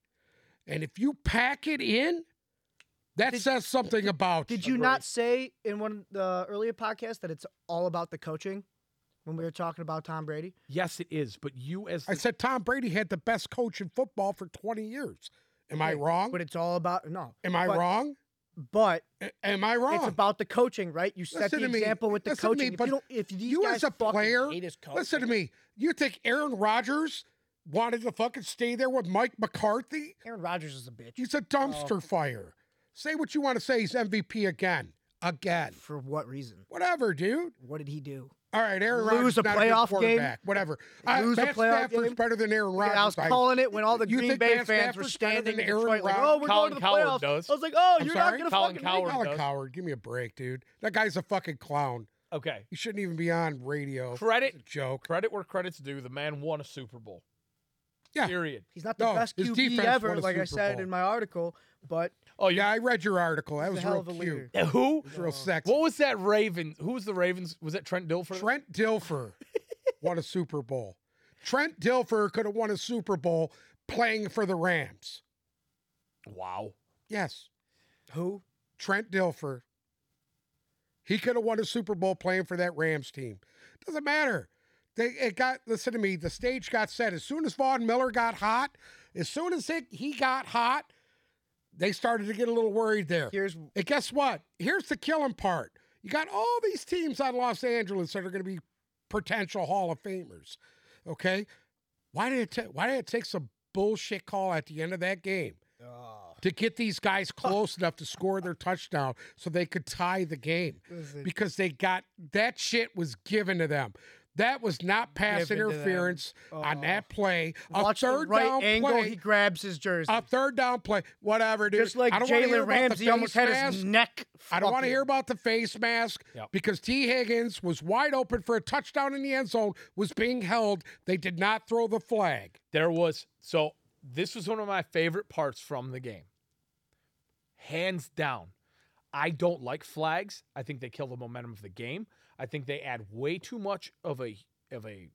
S2: and if you pack it in, that says something about
S3: Did you not say in one of the earlier podcasts that it's all about the coaching when we were talking about Tom Brady?
S1: yes, it is. But you as
S2: I
S1: the,
S2: said Tom Brady had the best coach in football for 20 years. Am I wrong?
S3: But it's all about no.
S2: Am I
S3: but-
S2: wrong?
S3: But
S2: A- Am I wrong?
S3: it's about the coaching, right? You set
S2: Listen
S3: the
S2: to me.
S3: example with the
S2: Listen to me,
S3: coaching.
S2: but
S3: if you don't, if these
S2: you
S3: guys
S2: as a
S3: fucking
S2: player,
S3: hate his coach,
S2: listen to me. You think Aaron Rodgers wanted to fucking stay there with Mike McCarthy?
S3: Aaron Rodgers is a bitch.
S2: He's a dumpster fire. Say what you want to say. He's MVP again, again.
S3: For what reason?
S2: Whatever, dude.
S3: What did he do?
S2: All right, Aaron
S3: Lose
S2: Rodgers
S3: a
S2: not good
S3: playoff game?
S2: quarterback. Whatever. Uh,
S3: Lose a
S2: Matt
S3: playoff
S2: Stafford's
S3: game?
S2: better than Aaron Rodgers.
S3: I was calling it when all the
S2: You
S3: Green
S2: think
S3: Bay
S2: Matt
S3: fans were
S2: Stafford's better
S3: standing
S2: than
S3: in
S2: Aaron
S3: Detroit like,
S2: Rodgers?
S3: "Oh, we're
S1: Colin
S3: going to the
S1: Coward
S3: playoffs."
S1: does.
S3: I was like, "Oh,
S1: I'm
S3: you're
S1: sorry? Colin
S3: not going to fucking
S1: Coward.
S3: make
S2: Colin
S1: does.
S2: Coward, give me a break, dude. That guy's a fucking clown.
S1: okay.
S2: He shouldn't even be on radio.
S1: Credit-
S2: It's a joke.
S1: Credit where credit's due. The man won a Super Bowl.
S2: Yeah.
S1: Period.
S3: He's not the
S2: No,
S3: best
S2: his
S3: QB
S2: defense
S3: ever,
S2: won a
S3: like I
S2: Super
S3: said
S2: Bowl.
S3: in my article, but
S1: Oh, you
S2: Yeah, I read your article. That
S3: he's a
S2: was
S3: hell
S2: real
S3: of a
S2: cute.
S3: leader. Oh.
S1: who?
S2: It was real sexy.
S1: What was that Raven? Who was the Ravens? Was that Trent Dilfer?
S2: Trent Dilfer won a Super Bowl. Trent Dilfer could have won a Super Bowl playing for the Rams.
S1: Wow.
S2: Yes,
S3: Who?
S2: Trent Dilfer. He could have won a Super Bowl playing for that Rams team. Doesn't matter. They it got listen to me. The stage got set as soon as Vaughn Miller got hot. As soon as it, he got hot, they started to get a little worried there.
S3: Here's
S2: And guess what? Here's the killing part. You got all these teams out of Los Angeles that are going to be potential Hall of Famers. Okay, why did it ta- why did it take some bullshit call at the end of that game to get these guys close enough to score their touchdown so they could tie the game? Because they got that shit was given to them. That was not pass
S3: Given to them.
S2: interference on
S3: Oh.
S2: that play. A
S3: watch the
S2: third
S3: right
S2: down
S3: angle.
S2: play.
S3: He grabs his jersey,
S2: a third down play. Whatever, dude.
S3: just like
S2: I don't wanna hear
S3: Jalen
S2: about the
S3: Ramsey almost
S2: face
S3: had
S2: mask.
S3: his neck.
S2: I don't want to
S3: fucking-
S2: hear about the face mask
S1: Yep.
S2: because T. Higgins was wide open for a touchdown in the end zone, was being held. They did not throw the flag.
S1: There was so this was one of my favorite parts from the game. Hands down. I don't like flags. I think they kill the momentum of the game. I think they add way too much of a of a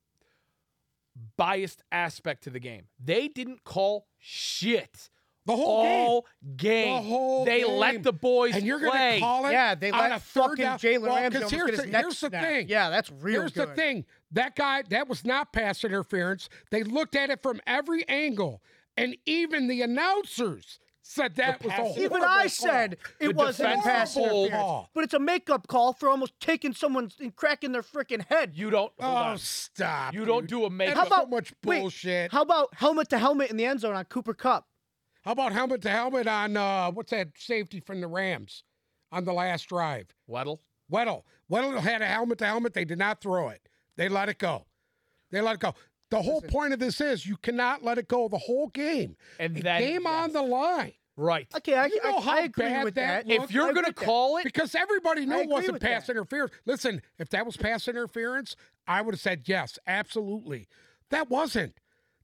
S1: biased aspect to the game. They didn't call shit
S2: The whole
S1: all
S2: game.
S1: game.
S2: The whole
S1: they
S2: game.
S1: let the boys
S2: and you're gonna
S1: play.
S2: call it.
S3: Yeah, they
S2: on
S3: let
S2: a third
S3: fucking
S2: down-
S3: Jalen
S2: well,
S3: Ramsey
S2: 'cause
S3: almost
S2: here's
S3: get his
S2: the,
S3: neck
S2: here's the
S3: snapped.
S2: thing.
S3: Yeah, that's real
S2: Here's the
S3: good.
S2: thing. That guy, that was not pass interference. They looked at it from every angle, and even the announcers said that was a
S1: pass-
S2: horrible
S3: Even I said
S2: call.
S3: it
S1: The
S3: wasn't a
S1: defensive
S3: pass
S1: hold.
S3: interference, but it's a makeup call for almost taking someone and cracking their freaking head.
S1: You don't hold
S2: Oh,
S1: on.
S2: stop!
S1: You don't
S2: dude.
S1: do a make
S2: That's
S3: How
S2: so
S3: about-
S2: much
S3: wait,
S2: bullshit?
S3: How about helmet to helmet in the end zone on Cooper Cup?
S2: How about helmet to helmet on uh, what's that safety from the Rams on the last drive?
S1: Weddle.
S2: Weddle. Weddle had a helmet to helmet. They did not throw it. They let it go. They let it go. The whole point of this is you cannot let it go the whole game.
S1: And
S2: A
S1: then-
S2: game on
S1: yes.
S2: the line
S1: Right.
S3: Okay, I,
S2: You know
S3: I,
S2: how
S3: I agree
S2: bad
S3: with
S2: that
S3: that.
S2: looked?
S1: if you're
S3: I
S1: going to
S3: agree with
S1: call it
S2: because everybody knew
S3: I
S2: it
S3: agree
S2: wasn't
S3: with
S2: pass
S3: that.
S2: interference. Listen, if that was pass interference, I would have said yes, absolutely. That wasn't.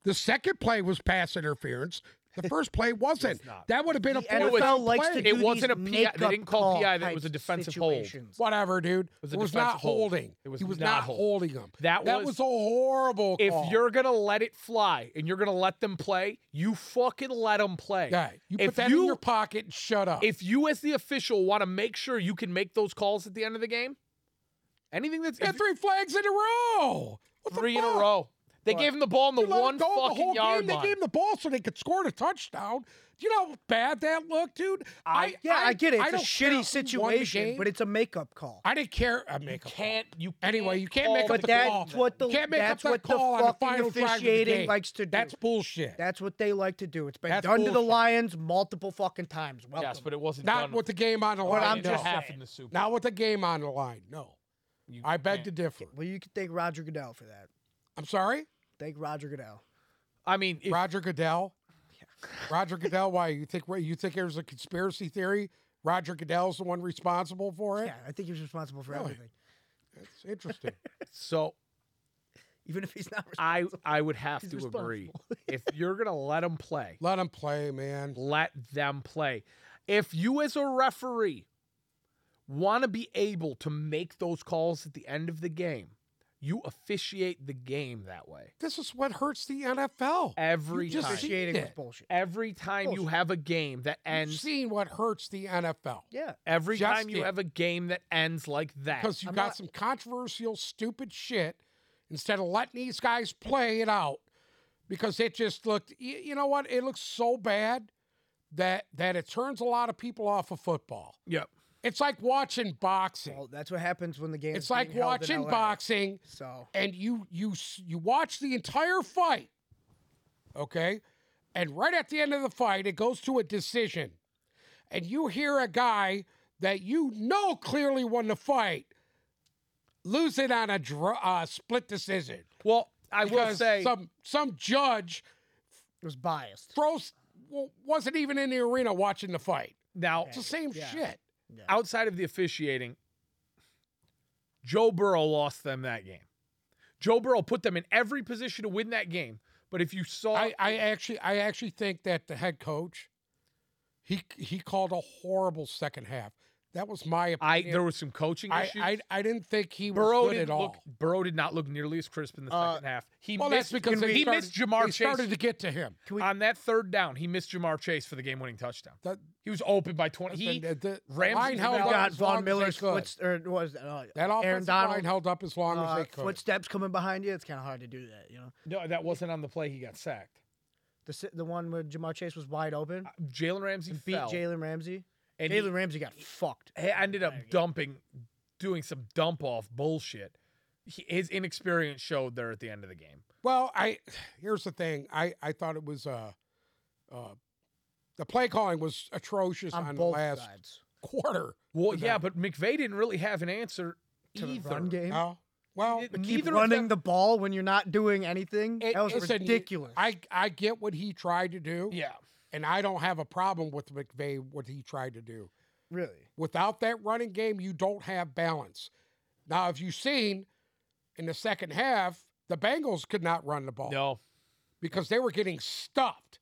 S2: The second play was pass interference. The first play wasn't.
S1: not.
S2: That would have been
S5: The
S2: a fourth
S5: NFL
S2: down
S5: likes to
S2: play.
S5: do
S1: It wasn't a
S5: these
S1: PI. They
S5: makeup
S1: didn't call
S5: call
S1: PI, that it
S5: type
S1: was a defensive hold.
S5: situations.
S2: Whatever, dude. It
S1: was
S2: was,
S1: a
S2: not
S1: defensive hold.
S2: holding.
S1: It was
S2: he was
S1: not
S2: not,
S1: hold.
S2: holding him.
S1: That was-
S2: was, a horrible
S1: If
S2: call.
S1: you're gonna let it fly and you're gonna let them play, you fucking let them play.
S2: yeah, you
S1: if
S2: put that
S1: you-
S2: in your pocket and shut up.
S1: If you, as the official, want to make sure you can make those calls at the end of the game, anything that's
S2: you got three flags in a row. What the
S1: three in a
S2: fuck?
S1: row, they
S2: What?
S1: gave him the ball in the
S2: You let him
S1: one
S2: go the
S1: fucking
S2: whole
S1: yard
S2: game.
S1: line.
S2: They gave him the ball so they could score the touchdown. Do you know how bad that looked, dude? I,
S3: yeah, I, get it. It's a
S2: don't care who won
S3: shitty
S2: the
S3: situation,
S2: game.
S3: but it's a makeup call.
S2: I didn't care. I make a call.
S1: can't you? Can't
S2: Anyway, you can't make
S1: call
S2: up
S1: the
S2: the
S3: that-
S2: call.
S3: that's what the-
S2: you can't make
S3: that's
S2: up
S3: what
S2: the
S3: the
S2: call on the
S3: fucking
S2: final drive of the
S3: officiating
S2: game.
S3: likes to do.
S2: That's bullshit.
S3: That's what they like to do. It's been
S2: That's
S3: done to the
S2: bullshit.
S3: Lions multiple fucking times. Welcome.
S1: Yes, but it wasn't
S2: Not
S1: done
S2: with the game on the line.
S3: I'm
S1: in
S2: no.
S1: the
S3: just
S1: half
S3: saying.
S1: in the Super.
S2: Not with the game on the line. No.
S1: You
S2: I beg
S1: can't.
S2: to differ.
S3: well, you can thank Roger Goodell for that.
S2: I'm sorry,
S3: Thank Roger Goodell.
S1: I mean, if,
S2: Roger Goodell. Roger Goodell. Why you think you think there's a conspiracy theory? Roger Goodell's the one responsible for it.
S3: Yeah, I think he was responsible for
S2: Really?
S3: everything,
S2: It's interesting.
S1: so
S3: even if he's not.
S1: I
S3: responsible.
S1: I would have
S3: He's
S1: to agree.
S3: responsible.
S1: if you're gonna let them play,
S2: Let him play, man.
S1: let them play. If you as a referee want to be able to make those calls at the end of the game, you officiate the game that way.
S2: This is what hurts the NFL.
S1: Every
S2: You just
S1: time.
S2: see-
S3: officiating was
S2: it.
S3: bullshit.
S1: Every time you
S3: Bullshit.
S1: have a game that
S2: And
S1: ends
S2: seeing what hurts the NFL.
S3: Yeah,
S1: every
S2: Just
S1: time you
S2: it.
S1: have a game that ends like that.
S2: because you
S3: I'm
S2: got
S3: not-
S2: some controversial, stupid shit instead of letting these guys play it out. Because it just looked, y- you know what? It looks so bad that that it turns a lot of people off of football.
S1: Yep.
S2: It's like watching boxing.
S3: well, that's what happens when the game.
S2: it's
S3: is
S2: like
S3: being held in
S2: watching
S3: LA.
S2: boxing,
S3: So
S2: and you you s- you watch the entire fight, okay, and right at the end of the fight, it goes to a decision, and you hear a guy that you know clearly won the fight lose it on a dr- uh, split decision.
S1: Well, I will
S2: Because
S1: say
S2: some some judge
S3: it was biased.
S2: throws w- wasn't even in the arena watching the fight.
S1: now
S2: It's the same
S3: Yeah.
S2: shit.
S1: outside of the officiating, Joe Burrow lost them that game. Joe Burrow put them in every position to win that game. But if you saw,
S2: I, I actually I actually think that the head coach he he called a horrible second half. That was my
S1: I-
S2: opinion.
S1: there was some coaching
S2: I,
S1: issues.
S2: I, I didn't think he was
S1: Burrow
S2: good
S1: didn't
S2: at all.
S1: look. Burrow did not look nearly as crisp in the
S3: Uh,
S1: second half. He
S2: well,
S1: missed
S2: that's because they
S1: he
S2: started,
S1: missed Jamar
S2: they
S1: Chase
S2: started to get to him.
S3: we-
S1: on that third down. He missed Jamar Chase for the game-winning touchdown.
S2: That-
S1: He was open by twenty. He
S2: the, the
S1: Ramsey
S2: line held
S1: They
S2: up
S1: got
S3: got
S2: as long
S3: Von
S2: as they
S3: Miller's
S2: could.
S3: footsteps. Or what was that? Uh,
S2: That
S3: Aaron
S2: offensive
S3: Donald
S2: line held up as long as
S3: uh,
S2: they could.
S3: footsteps coming behind you. It's kind of hard to do that. You know,
S1: no, that wasn't on the play. He got sacked.
S3: the si- the one where Jamar Chase was wide open,
S1: Jalen Ramsey
S3: beat
S1: fell,
S3: Jalen Ramsey.
S1: and he-
S3: Jalen Ramsey got fucked.
S1: he ended up dumping, doing some dump off bullshit. He, his inexperience showed there at the end of the game.
S2: Well, I here's the thing. I, I thought it was uh, uh, the play calling was atrocious
S3: on,
S2: on, the
S3: both
S2: last
S3: sides.
S2: quarter.
S1: Well,
S2: to
S1: yeah,
S2: that.
S1: but McVay didn't really have an answer
S3: To the
S1: either.
S3: run game,
S2: No? Well,
S1: It-
S3: But
S1: neither
S3: keep
S1: of
S3: running
S1: them-
S3: the ball when you're not doing anything.
S1: It-
S3: that was
S2: listen, you-
S3: ridiculous.
S2: I, I get what he tried to do,
S1: Yeah,
S2: and I don't have a problem with McVay what he tried to do.
S3: really.
S2: Without that running game, you don't have balance. Now, if you've seen in the second half, the Bengals could not run the ball
S1: no,
S2: because they were getting stuffed,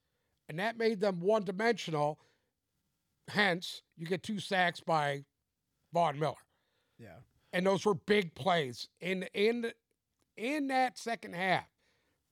S2: and that made them one dimensional. Hence, you get two sacks by Vaughn Miller,
S3: Yeah.
S2: and those were big plays in in in that second half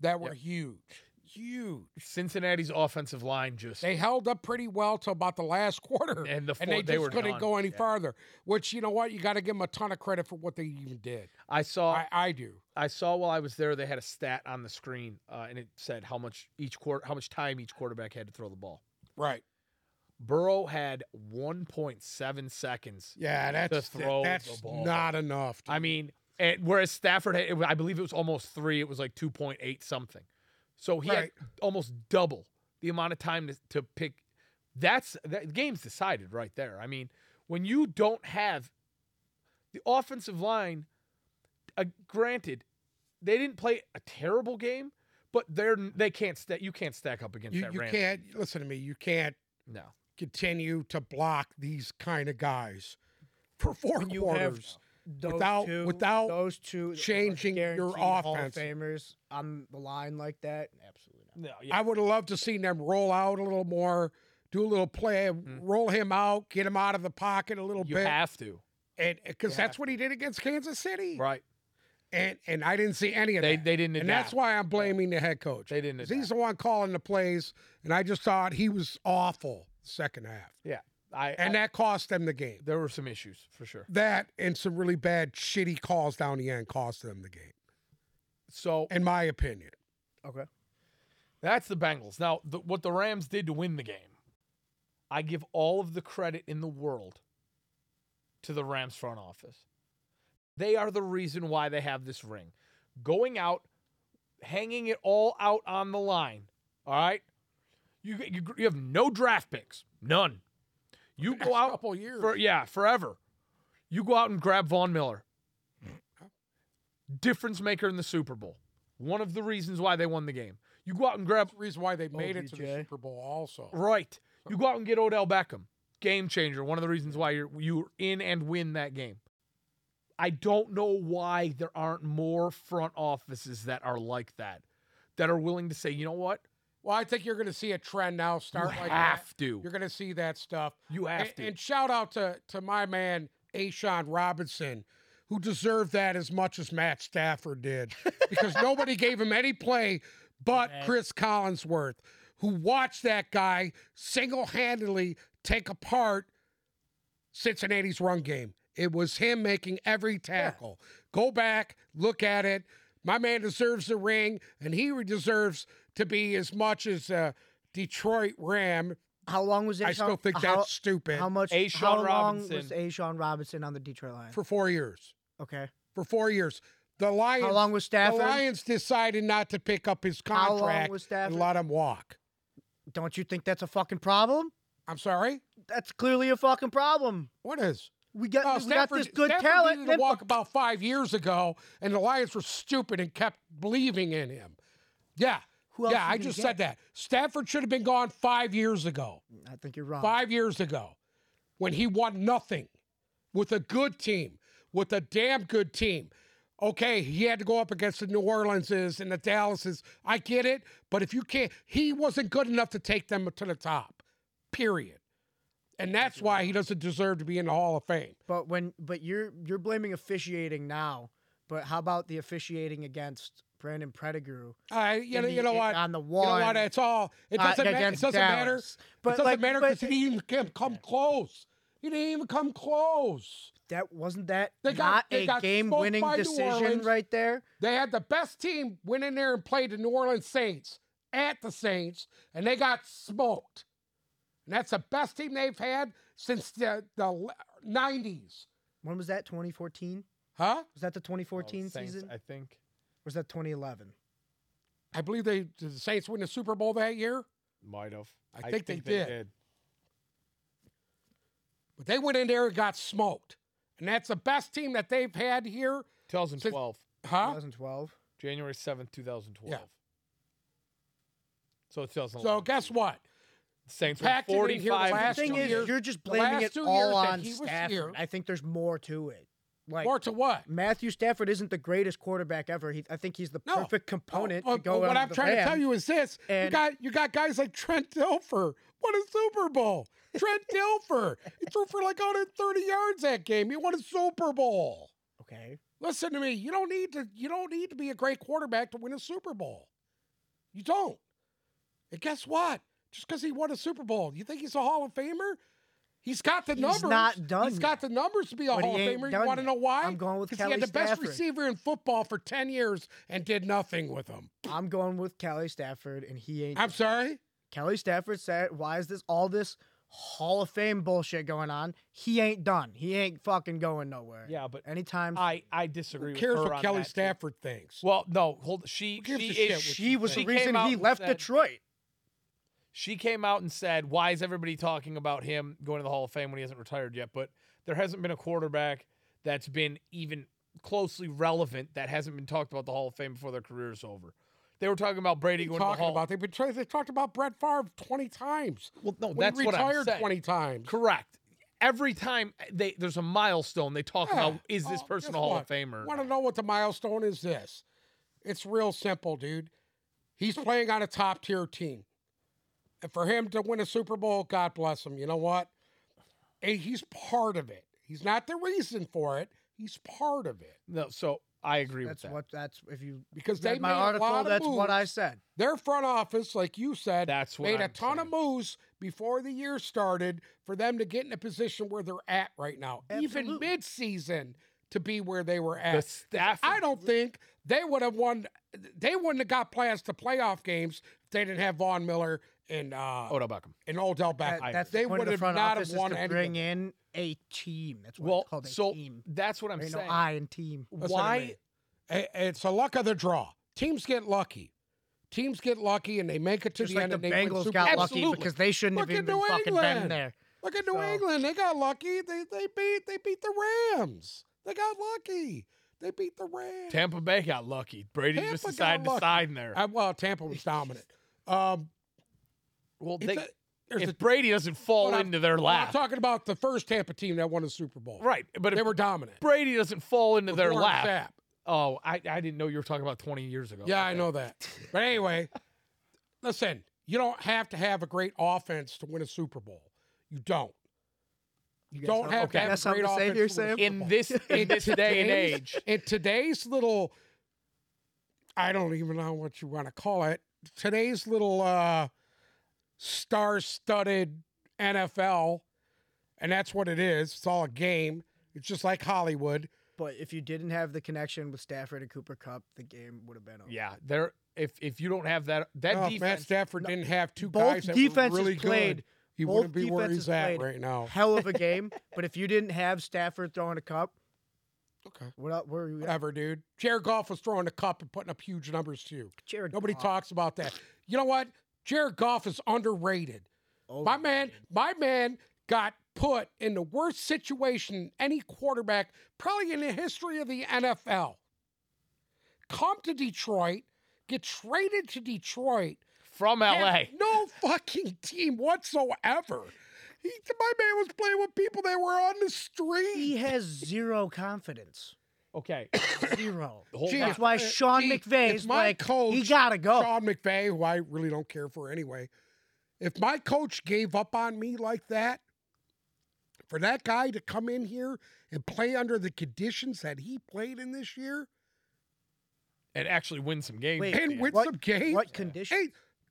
S2: that were huge, huge.
S1: Cincinnati's offensive line just
S2: They held up pretty well till about the last quarter,
S1: And the
S2: they
S1: fourth-
S2: just
S1: they were
S2: couldn't
S1: done.
S2: go any
S1: Yeah.
S2: farther. Which you know what, you got to give them a ton of credit for what they even did.
S1: I saw
S2: I, I do.
S1: I saw while I was there they had a stat on the screen uh, and it said how much each quarter how much time each quarterback had to throw the ball.
S2: Right?
S1: Burrow had 1.7 seconds.
S2: Yeah, that's
S1: throw the
S2: that's
S1: ball.
S2: not enough.
S1: I mean, and whereas Stafford had, it wa- I believe it was almost 3, it was like 2.8 something. So he
S2: Right.
S1: had almost double the amount of time to, to pick that's that the game's decided right there. I mean, when you don't have the offensive line, uh, granted, they didn't play a terrible game, but they're they can't stack. You can't stack up against
S2: you,
S1: that.
S2: you
S1: Rams.
S2: can't listen to me. You can't
S1: No,
S2: continue to block these kind of guys for four
S3: When you have
S2: quarters.
S3: Those
S2: Without-
S3: two,
S2: without
S3: those two
S2: changing your
S3: guaranteed Hall of
S2: offense.
S3: Famers on the line like that, absolutely not.
S1: No, yeah.
S2: I would have loved to seen them roll out a little more, do a little play, roll him out, get him out of the pocket a little
S1: Mm. you
S2: bit,
S1: have to.
S2: and because that's what he did against Kansas City,
S1: Right.
S2: and and I didn't see any of
S1: They
S2: that.
S1: they didn't
S2: and
S1: adapt.
S2: that's why I'm blaming the head coach.
S1: They didn't
S2: 'Cause
S1: adapt.
S2: He's the one calling the plays, and I just thought he was awful the second half,
S1: yeah. I,
S2: and
S1: I-
S2: that cost them the game.
S1: there were some issues for sure.
S2: That and some really bad, shitty calls down the end cost them the game,
S1: So
S2: in my opinion.
S3: Okay.
S1: That's the Bengals. Now, the, what the Rams did to win the game, I give all of the credit in the world to the Rams front office. They are the reason why they have this ring. Going out, hanging it all out on the line. All right, you you, you have no draft picks, none. You go out
S2: couple years.
S1: for yeah forever. You go out and grab Von Miller, difference maker in the Super Bowl. One of the reasons why they won the game. You go out and grab
S2: reason why they made it to the
S3: OBJ.
S2: Super Bowl also.
S1: Right. You go out and get Odell Beckham. Game changer. One of the reasons why you're you're in and win that game. I don't know why there aren't more front offices that are like that, that are willing to say, you know what,
S2: Well, I think you're going to see a trend now start
S1: you
S2: like
S1: have
S2: that.
S1: to,
S2: You're going to see that stuff.
S1: you have
S2: and,
S1: to.
S2: and shout out to to my man Ashawn Robinson, who deserved that as much as Matt Stafford did, because nobody gave him any play but Chris Collinsworth, who watched that guy single handedly take apart Cincinnati's run game. It was him making every tackle. Go back, look at it. My man deserves the ring, and he deserves to be as much as a Detroit Ram.
S3: How long was it?
S2: I still think that's
S3: how,
S2: stupid.
S3: How much?
S1: A. Shawn
S3: how long was
S1: Robinson.
S3: A. Shawn Robinson on the Detroit Lions?
S2: for four years.
S3: okay.
S2: For four years, the Lions.
S3: How long was Stafford?
S2: The Lions decided not to pick up his
S3: How long
S2: contract
S3: was
S2: and
S3: Stafford?
S2: let him walk.
S3: Don't you think that's a fucking problem?
S2: I'm sorry.
S3: That's clearly a fucking problem.
S2: What is?
S3: We got
S2: No,
S3: Uh, we got this good
S2: Stafford
S3: talent.
S2: needed
S3: then
S2: to walk about five years ago, and the Lions were stupid and kept believing in him. Yeah.
S3: Who else
S2: yeah,
S3: you
S2: I
S3: gonna
S2: just
S3: get?
S2: said that. Stafford should have been gone five years ago.
S3: I think you're wrong.
S2: Five years ago, when he won nothing with a good team, with a damn good team. Okay, he had to go up against the New Orleanses and the Dallases. I get it, but if you can't, he wasn't good enough to take them to the top, period. And that's why he doesn't deserve to be in the Hall of Fame.
S3: But when but you're you're blaming officiating now. But how about the officiating against Brandon Pettigrew?
S2: I, you
S3: in
S2: know,
S3: the-
S2: you know
S3: in-
S2: what?
S3: on the
S2: You know what?
S3: one,
S2: It's all. It
S3: uh,
S2: doesn't, ma- it
S3: against
S2: doesn't matter.
S3: Dallas.
S2: It
S3: But,
S2: doesn't
S3: like,
S2: matter
S3: but-
S2: because he didn't even come- come close. He didn't even come close.
S3: That wasn't that
S2: They got-
S3: not
S2: they
S3: a
S2: got
S3: game
S2: smoked
S3: winning
S2: by New
S3: decision
S2: Orleans.
S3: right there.
S2: They had the best team went in there and played the New Orleans Saints at the Saints, and they got smoked. And that's the best team they've had since the, the l- 90s.
S3: When was that? 2014?
S2: Huh?
S3: Was that the
S1: Oh,
S3: 2014
S1: Saints,
S3: season?
S1: I think.
S3: was that 2011?
S2: I believe they did the Saints win the Super Bowl that year,
S1: Might have.
S2: I think they did. but they went in there and got smoked. And that's the best team that they've had here.
S1: 2012,
S2: Huh?
S3: 2012.
S1: January 7th, 2012.
S2: Yeah.
S1: So it's 2011.
S2: So guess what?
S1: Saints
S2: Packed
S1: were
S2: it in here
S1: 45.
S2: last
S3: The thing
S2: two
S3: is,
S2: years-
S3: you're just
S2: the
S3: blaming
S2: last
S3: it
S2: two years
S3: all
S2: that
S3: on
S2: he was
S3: Stafford.
S2: here-
S3: I think there's more to it. Like
S2: Or to what?
S3: Matthew Stafford isn't the greatest quarterback ever. He, I think he's the
S2: No.
S3: perfect component
S2: Oh, oh,
S3: to go
S2: but what
S3: on
S2: I'm
S3: the
S2: trying to tell
S3: Rams.
S2: you is this: you
S3: And-
S2: got you got guys like Trent Dilfer. What a Super Bowl! Trent Dilfer. He threw for like 130 yards that game. He won a Super Bowl.
S3: Okay.
S2: Listen to me. You don't need to. You don't need to be a great quarterback to win a Super Bowl. You don't. And guess what? Just because he won a Super Bowl, you think he's a Hall of Famer? He's got the
S3: He's
S2: numbers.
S3: not done
S2: He's got the numbers to be a
S3: But he
S2: Hall of
S3: ain't
S2: Famer. You
S3: done
S2: want to
S3: yet.
S2: know why?
S3: I'm going with
S2: Because he had
S3: Kelly
S2: the best
S3: Stafford.
S2: receiver in football for 10 years and did nothing with him.
S3: I'm going with Kelly Stafford, and he ain't.
S2: I'm sorry.
S3: Kelly Stafford said, "Why is this all this Hall of Fame bullshit going on? He ain't done. He ain't fucking going nowhere.
S1: Yeah, but
S3: Anytime
S1: I, I disagree
S2: Who
S1: with
S2: cares
S1: her
S2: what
S1: on
S2: Kelly
S1: that too.
S2: Stafford thinks?
S1: Well, no, hold. She
S2: gives
S1: she
S2: a
S1: is
S2: shit what
S3: she was
S1: she
S3: the
S1: came
S3: reason
S1: out
S3: he
S1: and
S3: left
S1: said-
S3: Detroit.
S1: she came out and said, "Why is everybody talking about him going to the Hall of Fame when he hasn't retired yet?" But there hasn't been a quarterback that's been even closely relevant that hasn't been talked about the Hall of Fame before their career is over. They were talking about Brady
S2: What are
S1: going
S2: you
S1: to the
S2: talking
S1: Hall.
S2: about? They've been tra- they talked about Brett Favre 20 times.
S1: well, no,
S2: When
S1: that's
S2: he
S1: what I'm
S2: retired
S1: saying.
S2: 20 times.
S1: Correct. Every time they there's a milestone, they talk
S2: Yeah.
S1: about is this
S2: Oh,
S1: person
S2: guess
S1: a Hall
S2: what?
S1: of Famer? or
S2: Want to
S1: not?
S2: know what the milestone is? This. It's real simple, dude. He's playing on a top tier team. And for him to win a Super Bowl, God bless him. You know what? And he's part of it. He's not the reason for it. He's part of it.
S1: No, so I agree
S3: That's
S1: with that.
S3: what. That's if you
S2: Because
S3: read
S2: they
S3: my
S2: made a lot
S3: article.
S2: of
S3: That's what I
S2: moves.
S3: said.
S2: Their front office, like you said,
S1: That's what
S2: made a
S1: I'm
S2: ton of
S1: saying.
S2: moves before the year started for them to get in a position where they're at right now, even
S3: Absolutely.
S2: mid-season to be where they were
S1: the
S2: at.
S1: staff.
S2: I don't think they would have won. They wouldn't have got players to playoff games if they didn't have Vaughn Miller and uh,
S1: Odell Beckham.
S2: and Odell Beckham.
S3: That- that's
S2: they
S3: the point
S2: would
S3: of the
S2: have
S3: front
S2: not
S3: office
S2: have
S3: is
S2: won
S3: to bring
S2: anything.
S3: in a team. That's what
S1: Well,
S3: it's called a
S1: so
S3: team.
S1: that's what I'm
S3: There ain't no
S1: saying.
S3: I in team.
S2: That's what I
S1: Why?
S2: mean. I- It's a luck of the draw. Teams get lucky. Teams get lucky and they make it to
S3: Just
S2: the
S3: like
S2: end.
S3: the
S2: and they win
S3: Bengals
S2: Super-
S3: got lucky
S2: Absolutely.
S3: because they shouldn't
S2: Look
S3: have
S2: at
S3: even been
S2: New
S3: fucking been
S2: England.
S3: there.
S2: Look at New
S3: So-
S2: England. They got lucky. They they beat they beat the Rams. They got lucky. They beat the Rams.
S1: Tampa Bay got lucky. Brady just
S2: Tampa got
S1: decided to
S2: lucky.
S1: sign there.
S2: Uh, well, Tampa was dominant. Um,
S1: well,
S2: it's
S1: they,
S2: a- there's
S1: if
S2: a-
S1: Brady doesn't fall
S2: But I'm-
S1: into their
S2: well, I'm
S1: lap,
S2: talking about the first Tampa team that won the Super Bowl.
S1: right? But
S2: They
S1: if
S2: were dominant.
S1: Brady doesn't fall into their
S2: Warren
S1: lap,
S2: Sapp.
S1: oh, I, I didn't know you were talking about 20 years ago.
S2: Yeah, I know that. But anyway, listen, you don't have to have a great offense to win a Super Bowl. You don't. You
S3: guys
S2: don't
S3: have-
S2: have
S1: okay.
S2: to
S3: Got
S2: have a
S3: something
S2: great
S3: to say
S2: offense to
S3: here,
S2: win a
S3: Sam?
S2: Super
S1: In
S2: Bowl.
S1: this in this day and
S2: today's-
S1: age,
S2: In today's little, I don't even know what you want to call it. Today's little uh, star-studded NFL, and that's what it is. It's all a game. It's just like Hollywood.
S3: But if you didn't have the connection with Stafford and Cooper Cup, the game would have been over.
S1: yeah, there. If if you don't have that that
S2: No, if Oh, Matt
S1: defense,
S2: Stafford didn't have two
S3: both
S2: guys that
S3: defenses
S2: were really
S3: played-
S2: good, he
S3: both
S2: wouldn't be where
S3: defenses
S2: he's at
S3: played
S2: right now.
S3: Hell of a game. but if you didn't have Stafford throwing a cup,
S2: Okay.
S3: what up? Where were you? at?
S2: Whatever, dude. Jared Goff was throwing a cup and putting up huge numbers too.
S3: Jared
S2: Nobody
S3: Goff.
S2: talks about that. You know what? Jared Goff is underrated.
S3: Oh,
S2: My man, my man got put in the worst situation any quarterback probably in the history of the NFL. Come to Detroit, get traded to Detroit,
S1: from LA,
S2: had No fucking team whatsoever. He, my man was playing with people that were on the
S3: He
S2: street.
S3: has zero confidence.
S1: okay,
S3: Zero.
S1: hold
S2: Gee,
S1: on.
S3: That's why
S2: uh,
S3: Sean
S2: gee,
S3: McVay's
S2: if my
S3: like, he
S2: coach,
S3: gotta go.
S2: Oh, Sean McVay, who I really don't care for anyway. If my coach gave up on me like that, for that guy to come in here and play under the conditions that he played in this year
S1: and actually win some games.
S3: Wait,
S1: at the
S2: and
S1: end.
S2: win
S3: What-
S2: some games,
S3: what condition?
S2: hey,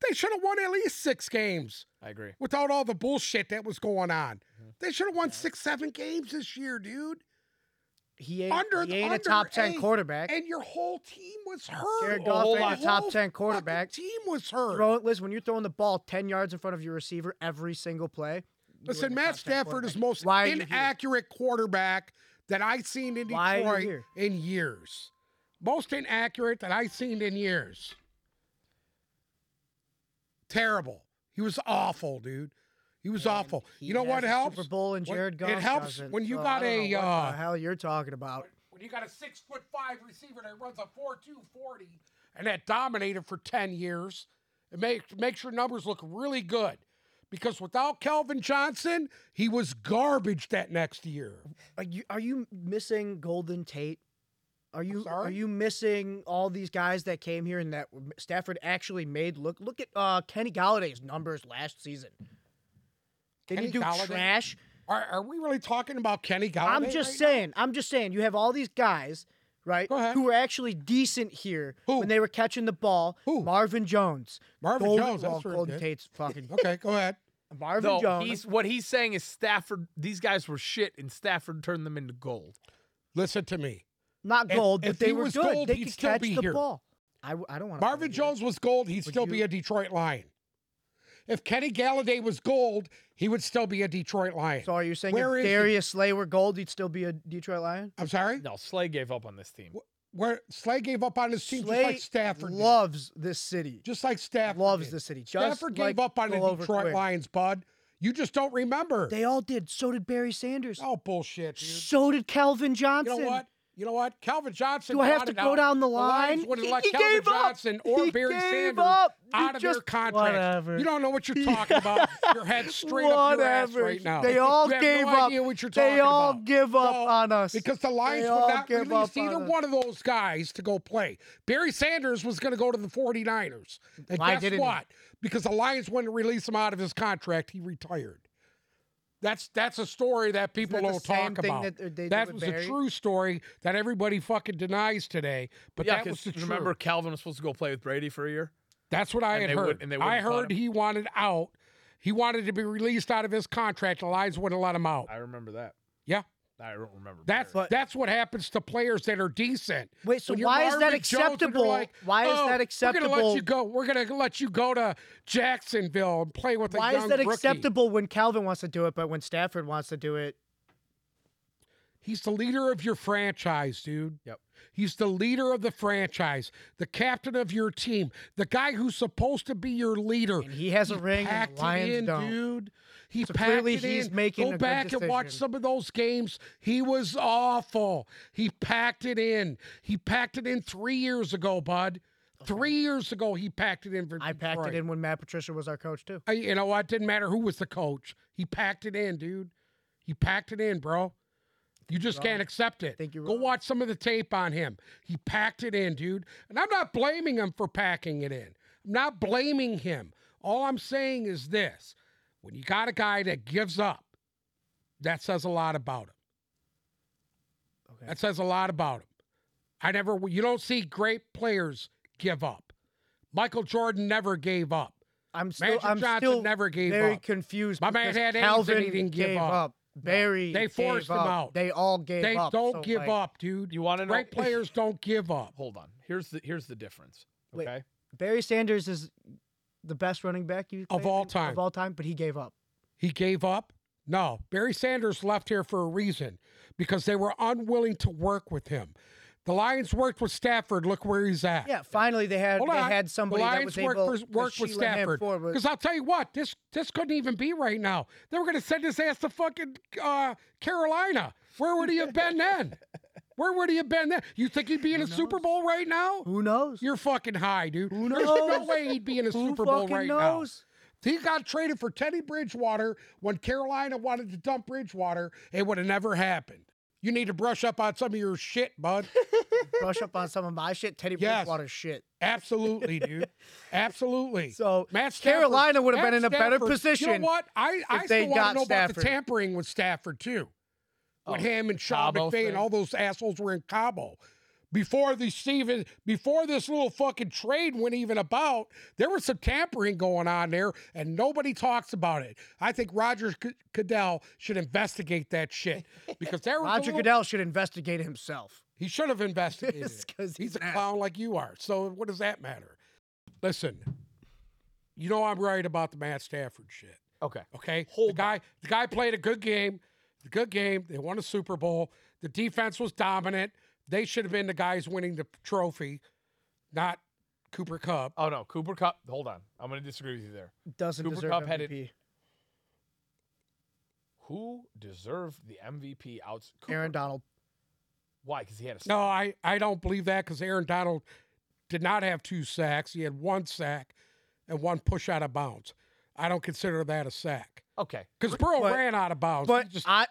S2: they should have won at least six games.
S1: I agree.
S2: without all the bullshit that was going on.
S3: Mm-hmm.
S2: They should have won six, seven games this year, dude.
S3: He ain't,
S2: Under-
S3: he ain't
S2: under
S3: a top ten
S2: eight.
S3: quarterback.
S2: And your whole team was hurt.
S3: Jared
S1: Well,
S3: Goff
S1: hold
S3: ain't
S1: on.
S3: a top
S2: Whole
S3: ten
S2: fucking
S3: quarterback.
S2: Team was hurt.
S3: Throw it, Liz. When you're throwing the ball ten yards in front of your receiver every single play. you ain't
S2: Listen,
S3: a
S2: Matt
S3: top 10
S2: Stafford is
S3: quarterback.
S2: the most
S3: Why are you here?
S2: inaccurate quarterback that I've seen in
S3: Why are you
S2: Detroit
S3: here?
S2: in years. Most inaccurate that I've seen in years. Terrible. He was awful, dude. He was awful.
S3: He
S2: You know what
S3: has a
S2: helps?
S3: Super Bowl and
S2: What-
S3: Jared Goff.
S2: It helps
S3: doesn't,
S2: when you
S3: so
S2: got
S3: I don't
S2: a
S3: know what
S2: uh,
S3: the hell you're talking about.
S2: when you got a six foot five receiver that runs a four two forty and that dominated for ten years, it makes makes your numbers look really good. Because without Calvin Johnson, he was garbage that next year.
S3: Are you are you missing Golden Tate? Are you are
S2: sorry?
S3: you missing all these guys that came here and that Stafford actually made look? Look at uh, Kenny Galladay's numbers last season. Did
S2: Kenny
S3: he do
S2: Galladay?
S3: trash?
S2: Are, are we really talking about Kenny Galladay?
S3: I'm just
S2: right now?
S3: saying. I'm just saying. You have all these guys, right?
S2: Go ahead.
S3: Who were actually decent here
S2: Who?
S3: when they were catching the ball.
S2: Who?
S3: Marvin Jones.
S2: Marvin
S3: Golden,
S2: Jones, that's
S3: well,
S2: pretty
S3: Golden
S2: good.
S3: Tate's fucking
S2: Okay, go ahead.
S3: Marvin
S1: Though
S3: Jones.
S1: he's what he's saying is Stafford. These guys were shit, and Stafford turned them into gold.
S2: Listen to me.
S3: Not
S2: If-
S3: gold,
S2: if
S3: but they
S2: he
S3: were
S2: was
S3: good.
S2: gold,
S3: they
S2: he'd
S3: could
S2: still
S3: catch
S2: be
S3: the
S2: here.
S3: ball. I, w- I don't want
S2: Marvin Jones was gold, he'd still be
S3: you-
S2: a Detroit Lion. If Kenny Galladay was gold, he would still be a Detroit Lion.
S3: So are you saying
S2: Where
S3: if
S2: is he?
S3: Darius Slay were gold, he'd still be a Detroit Lion?
S2: I'm sorry?
S1: No, Slay gave up on this team.
S2: Where Slay gave up on his team
S3: Slay
S2: just like Stafford. did.
S3: loves this city.
S2: just like Stafford.
S3: loves
S2: did.
S3: the city. Just
S2: Stafford
S3: like
S2: gave up on the
S3: go over
S2: Detroit
S3: quick.
S2: Lions, bud. You just don't remember.
S3: They all did. So did Barry Sanders.
S2: oh bullshit, dude.
S3: so did Calvin
S2: You
S3: Johnson.
S2: know what? You know what? Calvin Johnson.
S3: Do I have
S2: wanted
S3: to go
S2: out.
S3: down the line?
S2: Lions would have
S3: He-
S2: let
S3: he
S2: Calvin
S3: gave up.
S2: Johnson or
S3: He
S2: Barry
S3: gave
S2: Sanders
S3: up. He
S2: out of their
S3: just-
S2: contracts.
S3: Whatever.
S2: You don't know what you're talking about. Your head straight up your ass
S3: Whatever.
S2: right now.
S3: They all
S2: you have
S3: gave
S2: no
S3: up.
S2: Idea what you're
S3: They
S2: talking
S3: all
S2: about.
S3: give up on us.
S2: because the Lions
S3: They
S2: would
S3: all
S2: not
S3: give
S2: release
S3: up on
S2: either
S3: us.
S2: one of those guys to go play. Barry Sanders was going to go to the 49ers. And
S3: Why
S2: guess
S3: didn't he?
S2: what? Because the Lions wouldn't release him out of his contract, he retired. That's that's a story that people
S3: that the
S2: don't
S3: same
S2: talk
S3: thing
S2: about.
S3: that they did
S2: that
S3: with
S2: was a
S3: Barry?
S2: true story that everybody fucking denies today. But
S1: Yeah,
S2: that was
S1: because
S2: the truth.
S1: remember Calvin was supposed to go play with Brady for a year.
S2: That's what I
S1: And
S2: had
S1: they
S2: heard.
S1: wouldn't- and they wouldn't
S2: I
S1: have let
S2: heard
S1: him.
S2: he wanted out. He wanted to be released out of his contract. The Lions wouldn't let him out.
S1: I remember that.
S2: Yeah.
S1: I don't remember.
S2: That's
S1: Barry.
S3: But-
S2: that's what happens to players that are decent.
S3: Wait, so
S2: When you're
S3: why is that
S2: Marvin Jones and you're
S3: acceptable?
S2: like,
S3: Why is
S2: "Oh,
S3: that
S2: We're gonna let
S3: acceptable?"
S2: you go. We're gonna let you go to Jacksonville and play with a
S3: Why is
S2: young
S3: that
S2: rookie."
S3: acceptable when Calvin wants to do it, but when Stafford wants to do it?
S2: He's the leader of your franchise, dude.
S1: Yep.
S2: He's the leader of the franchise, the captain of your team, the guy who's supposed to be your leader.
S3: And he has a ring, and the
S2: packed it
S3: Lions
S2: in,
S3: don't.
S2: dude. He
S3: So
S2: packed
S3: clearly
S2: it
S3: he's
S2: in.
S3: making
S2: Go
S3: a good
S2: back and watch
S3: decision.
S2: some of those games. He was awful. He packed it in. He packed it in three years ago, bud. Three years ago, he packed it in for.
S3: I packed
S2: Detroit.
S3: it in when Matt Patricia was our coach too.
S2: I, you know what? Didn't matter who was the coach. He packed it in, dude. He packed it in, bro. You just can't accept it.
S3: think you're
S2: Go
S3: wrong.
S2: watch some of the tape on him. He packed it in, dude. And I'm not blaming him for packing it in. I'm not blaming him. All I'm saying is this when you got a guy that gives up, that says a lot about him.
S3: Okay.
S2: That says a lot about him. I never, you don't see great players give up. Michael Jordan never gave up.
S3: I'm still,
S2: Magic
S3: I'm
S2: Johnson
S3: still
S2: never gave
S3: very
S2: up.
S3: confused.
S2: My man
S3: because
S2: had AIDS and he
S3: Calvin
S2: didn't give
S3: gave
S2: up.
S3: up. Barry,
S2: They forced
S3: gave
S2: him
S3: up.
S2: out.
S3: They all gave
S2: They
S3: up.
S2: don't
S3: so,
S2: give
S3: like,
S2: up, dude.
S1: You wanna know-
S2: Great players don't give up.
S1: hold on. Here's the here's the difference.
S3: Wait.
S1: Okay.
S3: Barry Sanders is the best running back you
S2: Of all time.
S3: of all time, but he gave up.
S2: He gave up? No. Barry Sanders left here for a reason because they were unwilling to work with him. The Lions worked with Stafford. Look where he's at.
S3: Yeah, finally they had
S2: Hold
S3: they
S2: on.
S3: had somebody
S2: the
S3: that
S2: Lions
S3: was
S2: worked
S3: able
S2: for-
S3: to
S2: worked with
S3: Sheila him
S2: Stafford.
S3: forward.
S2: Because I'll tell you what, this this couldn't even be right now. They were going to send his ass to fucking uh, Carolina. Where would he have been then? Where would he have been then? You think he'd be in a Super Bowl right now?
S3: Who knows?
S2: You're fucking high, dude. There's no
S3: knows?
S2: way he'd be in a
S3: Who
S2: Super Bowl
S3: fucking
S2: right
S3: knows?
S2: now. He got traded for Teddy Bridgewater when Carolina wanted to dump Bridgewater. It would have never happened. You need to brush up on some of your shit, bud.
S3: Brush up on some of my shit, Teddy
S2: Yes.
S3: Bridgewater's shit.
S2: Absolutely, dude. Absolutely.
S3: So,
S2: Matt Stafford-
S3: Carolina would have
S2: Matt
S3: been in a better
S2: Stafford- You
S3: position
S2: know what? I, I
S3: if
S2: still
S3: they
S2: want to
S3: got
S2: know about the
S3: Stafford.
S2: tampering with Stafford too, with
S1: Oh,
S2: him and Sean
S1: Cabo
S2: McVay and
S1: thing.
S2: all those assholes were in Cabo. Before the Steven, before this little fucking trade went even about, there was some tampering going on there, and nobody talks about it. I think Roger C- Goodell should investigate that shit because there was a
S3: Roger
S2: little-
S3: Goodell should investigate himself.
S2: he should have investigated.
S3: Yes,
S2: it.
S3: 'cause
S2: he's
S3: he's
S2: a
S3: an ass.
S2: clown like you are. So what does that matter? Listen, you know I'm right about the Matt Stafford shit.
S1: Okay.
S2: Okay,
S1: Hold
S2: the guy, the guy played a good game. The good game. They won a Super Bowl. The defense was dominant. They should have been the guys winning the trophy, not Cooper Cup.
S1: Oh no, Cooper Cup. Hold on. I'm going to disagree with you there.
S3: Doesn't
S1: Cooper
S3: deserve
S1: Kupp
S3: MVP.
S1: had it- Who deserved the MVP outs? Cooper.
S3: Aaron Donald.
S1: Why? Because he had a.
S2: No, I, I don't believe that because Aaron Donald did not have two sacks. He had one sack and one push out of bounds. I don't consider that a sack.
S1: Okay.
S2: Because Burrow
S3: But-
S2: ran out of bounds.
S3: But
S2: He's just
S3: I,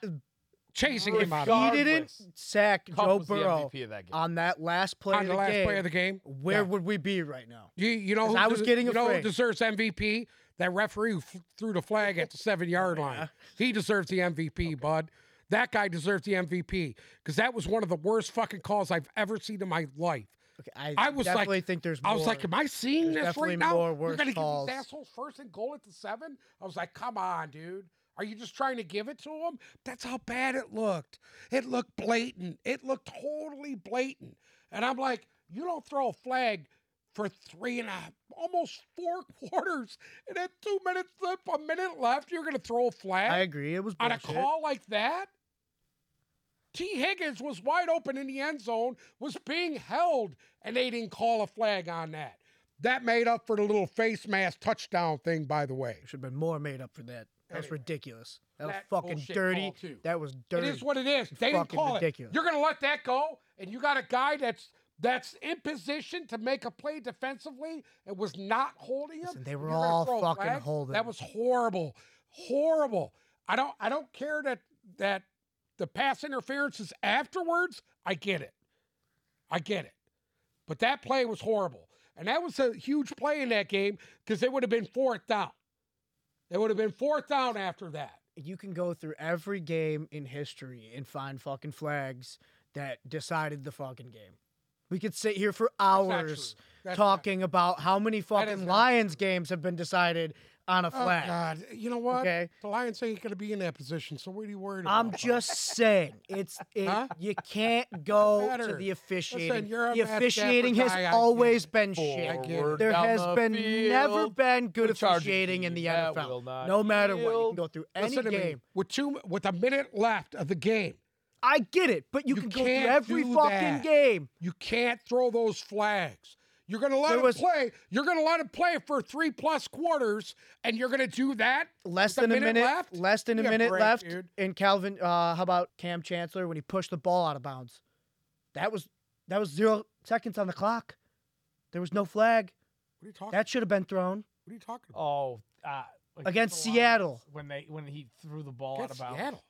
S2: chasing him out of
S1: Regardless,
S3: he didn't sack
S1: Cup
S3: Joe
S1: was the
S3: Burrow
S1: MVP of that game.
S2: Uh,
S3: on that last play,
S2: on
S3: of,
S2: the
S3: the
S2: last
S3: game,
S2: play of the game.
S3: Where
S2: Yeah.
S3: would we be right now?
S2: you, you know
S3: 'Cause
S2: who
S3: I was
S2: des-
S3: getting
S2: you know who
S3: afraid.
S2: deserves MVP? That referee who f- threw the flag at the seven yard line. He deserves the MVP, bud. That guy deserves the MVP because that was one of the worst fucking calls I've ever seen in my life.
S3: Okay, I,
S2: I was like-
S3: definitely think there's. More.
S2: I was like, "Am I seeing this
S3: There's definitely
S2: right now?
S3: more
S2: You're
S3: worse
S2: gonna
S3: calls.
S2: give these assholes first and goal at the seven? I was like, "Come on, dude! Are you just trying to give it to them?" That's how bad it looked. It looked blatant. It looked totally blatant. And I'm like, "You don't throw a flag for three and a almost four quarters, and at two minutes left, a minute left, you're gonna throw a flag."
S3: I agree. It was
S2: on a
S3: bullshit.
S2: call like that? T. Higgins was wide open in the end zone, was being held, and they didn't call a flag on that. That made up for the little face mask touchdown thing, by the way.
S3: Should have been more made up for that. That's ridiculous. That was
S2: That
S3: fucking
S2: bullshit
S3: dirty.
S2: call, too.
S3: That was
S2: It
S3: dirty.
S2: is what it is. They didn't
S3: fucking
S2: call
S3: ridiculous.
S2: it. You're gonna let that go, and you got a guy that's that's in position to make a play defensively and was not holding him.
S3: Listen, they
S2: and
S3: were
S2: you're gonna
S3: all
S2: throw a
S3: fucking
S2: flag?
S3: holding
S2: That
S3: him.
S2: was horrible, horrible. I don't I don't care that that the pass interference is afterwards. I get it, I get it, but that play was horrible, and that was a huge play in that game because it would have been fourth down. They would have been fourth down after that.
S3: you can go through every game in history and find fucking flags that decided the fucking game. We could sit here for
S2: not
S3: hours
S2: true. That's not-
S3: talking about how many
S2: is
S3: fucking
S2: not
S3: Lions games have been decided on a
S2: Oh,
S3: flag.
S2: God, you know what?
S3: Okay.
S2: The Lions ain't going to be in that position, so what are you worried about?
S3: I'm just saying, it's it,
S2: Huh?
S3: you can't go to
S2: matter.
S3: the officiating.
S2: Listen, you're a
S3: the
S2: Matt
S3: officiating
S2: Stafford
S3: has
S2: guy, I get
S3: always
S2: it.
S3: been
S1: I
S3: shit.
S2: get it.
S3: There
S1: Down
S3: has
S1: the
S3: been never
S1: field.
S3: been good
S1: The charging
S3: officiating in the
S1: team. That will
S3: NFL.
S1: not
S3: No matter what, you can
S1: yield.
S3: go through any
S2: Listen to
S3: game.
S2: me. With two, with a minute left of the game,
S3: I get it, but you,
S2: You
S3: can go through
S2: can't
S3: every
S2: do
S3: fucking
S2: that.
S3: game.
S2: you can't throw those flags. You're going to let
S3: There
S2: him
S3: was-
S2: play. You're going to let him play for three plus quarters, and you're going to do that.
S3: Less
S2: with
S3: than a minute,
S2: left.
S3: less than a
S2: Give me
S3: minute
S2: break,
S3: left.
S2: dude.
S3: And Calvin, uh, how about Cam Chancellor when he pushed the ball out of bounds? That was that was zero seconds on the clock. There was no flag.
S2: What are you talking?
S3: That should have been thrown.
S2: what are you talking about?
S1: Oh, uh,
S3: Against
S1: the Lions,
S3: Seattle.
S1: when they when he threw the ball
S2: Against
S1: out of bounds.
S2: Seattle.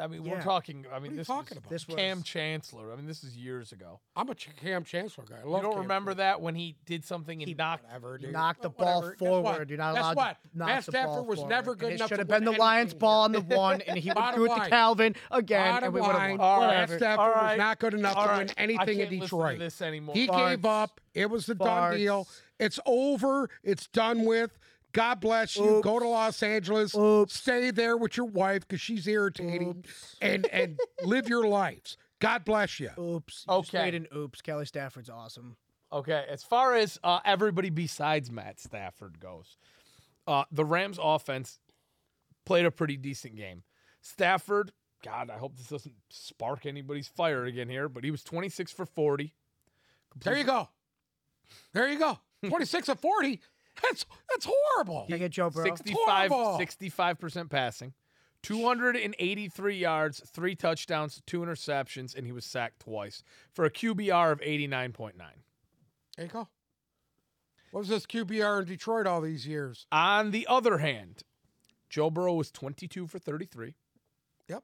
S1: I mean,
S3: Yeah.
S1: we're talking. I
S2: What
S1: mean,
S2: are you
S1: this
S2: talking
S1: was
S2: about?
S3: This was
S1: Cam Chancellor. I mean, this is years ago.
S2: I'm a Ch- Cam Chancellor guy. I
S1: You
S2: love
S1: don't
S2: Cam
S1: remember
S2: Chancellor.
S1: that when he did something and knocked.
S2: Whatever,
S3: You
S2: dude.
S3: knock the
S2: Well,
S3: ball
S2: whatever. Guess
S3: forward.
S2: what?
S3: You're not
S2: Guess
S3: allowed
S2: what?
S3: to knock
S2: Matt
S3: the ball
S2: Stafford was
S3: forward.
S2: never
S3: And
S2: good
S3: it
S2: enough
S3: should
S2: to
S3: have been
S2: win
S3: the Lions'
S2: anything
S3: ball
S2: here.
S3: on the one, and he would
S2: Bottom
S3: threw it to
S2: line.
S3: Calvin again,
S2: Bottom
S3: and we would
S2: line,
S3: have won.
S1: All right.
S2: Matt
S1: Whatever.
S2: Stafford
S1: All
S2: was
S1: right.
S2: not good enough
S1: All
S2: to win
S1: right. I
S2: anything in
S1: can't listen to
S2: Detroit.
S1: this anymore.
S2: He gave
S3: Farts.
S2: up. It was the
S3: Farts.
S2: done deal. It's over. It's done with. God bless you. Go to Los Angeles.
S3: Oops.
S2: Stay there with your wife because she's irritating, and and live your lives. God bless you.
S3: Oops. You just
S1: Okay.
S3: made an oops. Kelly Stafford's awesome.
S1: Okay, as far as uh, everybody besides Matt Stafford goes, uh, the Rams offense played a pretty decent game. Stafford, God, I hope this doesn't spark anybody's fire again here, but he was 26 for 40.
S2: There you go. There you go. Twenty six of forty. That's that's horrible.
S3: Can I get Joe Burrow?
S1: 65
S2: Horrible.
S1: 65% passing, 283 yards, three touchdowns, two interceptions, and he was sacked twice for a QBR of 89.9.
S2: There you go. What was this QBR in Detroit all these years?
S1: On the other hand, Joe Burrow was 22 for 33.
S2: Yep.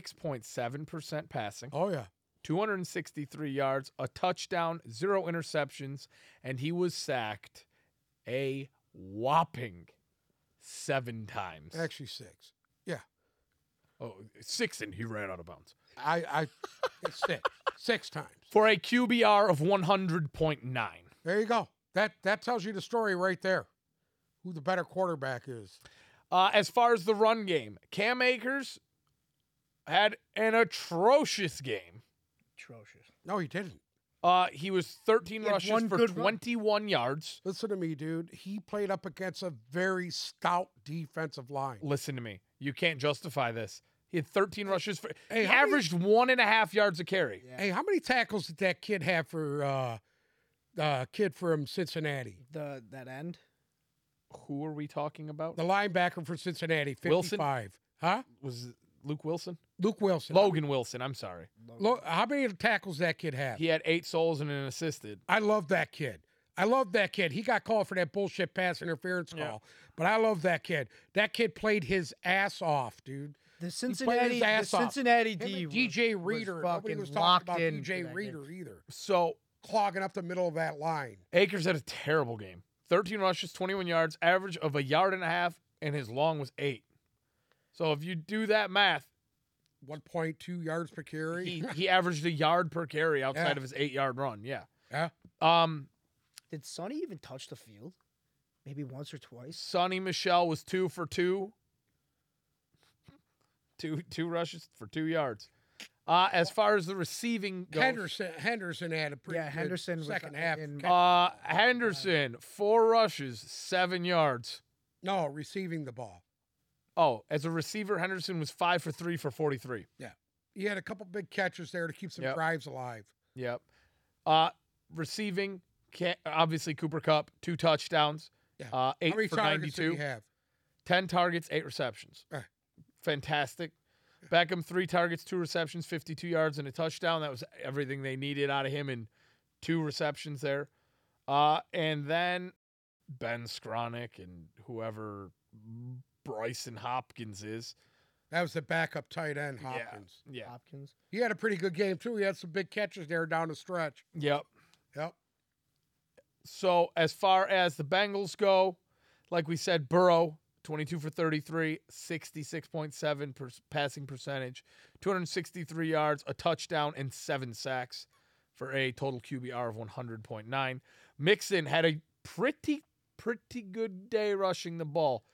S1: 66.7% passing,
S2: Oh yeah.
S1: 263 yards, a touchdown, zero interceptions, and he was sacked a whopping seven times.
S2: Actually six.
S1: Oh, six, and he ran out of bounds.
S2: I, I it's six, six times.
S1: for a QBR of 100.9.
S2: There you go. That that tells you the story right there. Who the better quarterback is?
S1: Uh, as far as the run game, Cam Akers had an atrocious game.
S3: Atrocious.
S2: No, he didn't.
S1: Uh, he was 13
S3: He had
S1: rushes
S3: one
S1: for
S3: good run.
S1: 21 yards.
S2: Listen to me, dude. He played up against a very stout defensive line.
S1: Listen to me. You can't justify this. He had 13 rushes for.
S2: hey,
S1: he
S2: how many-
S1: averaged one and a half yards a carry.
S3: Yeah.
S2: Hey, how many tackles did that kid have for uh uh kid from Cincinnati?
S3: The that end.
S1: Who are we talking about?
S2: The linebacker for Cincinnati,
S1: Wilson?
S2: 55. Huh?
S1: Was it Luke Wilson?
S2: Luke Wilson.
S1: Logan Wilson. I'm sorry.
S2: Lo- how many tackles that kid have?
S1: He had eight souls and an assisted.
S2: I love that kid. I love that kid. He got called for that bullshit pass interference call, but I love that kid. That kid played his ass off, dude.
S3: The
S2: played his
S3: Cincinnati, the
S2: ass off.
S3: Cincinnati
S2: Him
S3: D
S2: and
S3: was-
S2: DJ
S3: was
S2: Reader. Nobody
S3: fucking
S2: was
S3: locked
S2: talking about
S3: in for that
S2: DJ
S3: game.
S2: Reader either.
S1: So
S2: Clogging up the middle of that line.
S1: Akers had a terrible game. 13 rushes, 21 yards, average of a yard and a half, and his long was eight. So if you do that math,
S2: 1.2 yards per carry.
S1: he, he averaged a yard per carry outside
S2: Yeah.
S1: of his eight yard run. Yeah.
S2: Yeah.
S1: Um,
S3: Did Sonny even touch the field? Maybe once or twice.
S1: Sonny Michelle was two for two. Two two rushes for two yards. Uh, as far as the receiving goes,
S2: Henderson Henderson had a pretty
S3: Yeah,
S2: good
S3: Henderson was
S2: second
S3: in-
S2: half.
S3: in-
S1: uh, Henderson, four rushes, seven yards.
S2: no, receiving the ball.
S1: Oh, as a receiver, Henderson was five for three for 43.
S2: He had a couple big catches there to keep some
S1: Yep.
S2: drives alive.
S1: Yep. Uh receiving ca- obviously Cooper Cup, two touchdowns.
S2: Yeah.
S1: Uh eight
S2: how many
S1: for
S2: targets did he
S1: 92.
S2: have?
S1: 10 targets, 8 receptions.
S2: Right.
S1: Fantastic. Beckham, 3 targets, 2 receptions, 52 yards, and a touchdown. That was everything they needed out of him in two receptions there. Uh, and then Ben Skronik and whoever Bryson Hopkins is.
S2: That was the backup tight end, Hopkins.
S1: Yeah.
S3: Hopkins.
S2: He had a pretty good game, too. He had some big catches there down the stretch.
S1: Yep.
S2: Yep.
S1: So as far as the Bengals go, like we said, Burrow, 22 for 33, 66.7 per- passing percentage, 263 yards, a touchdown, and seven sacks for a total QBR of 100.9. Mixon had a pretty, pretty good day rushing the ball.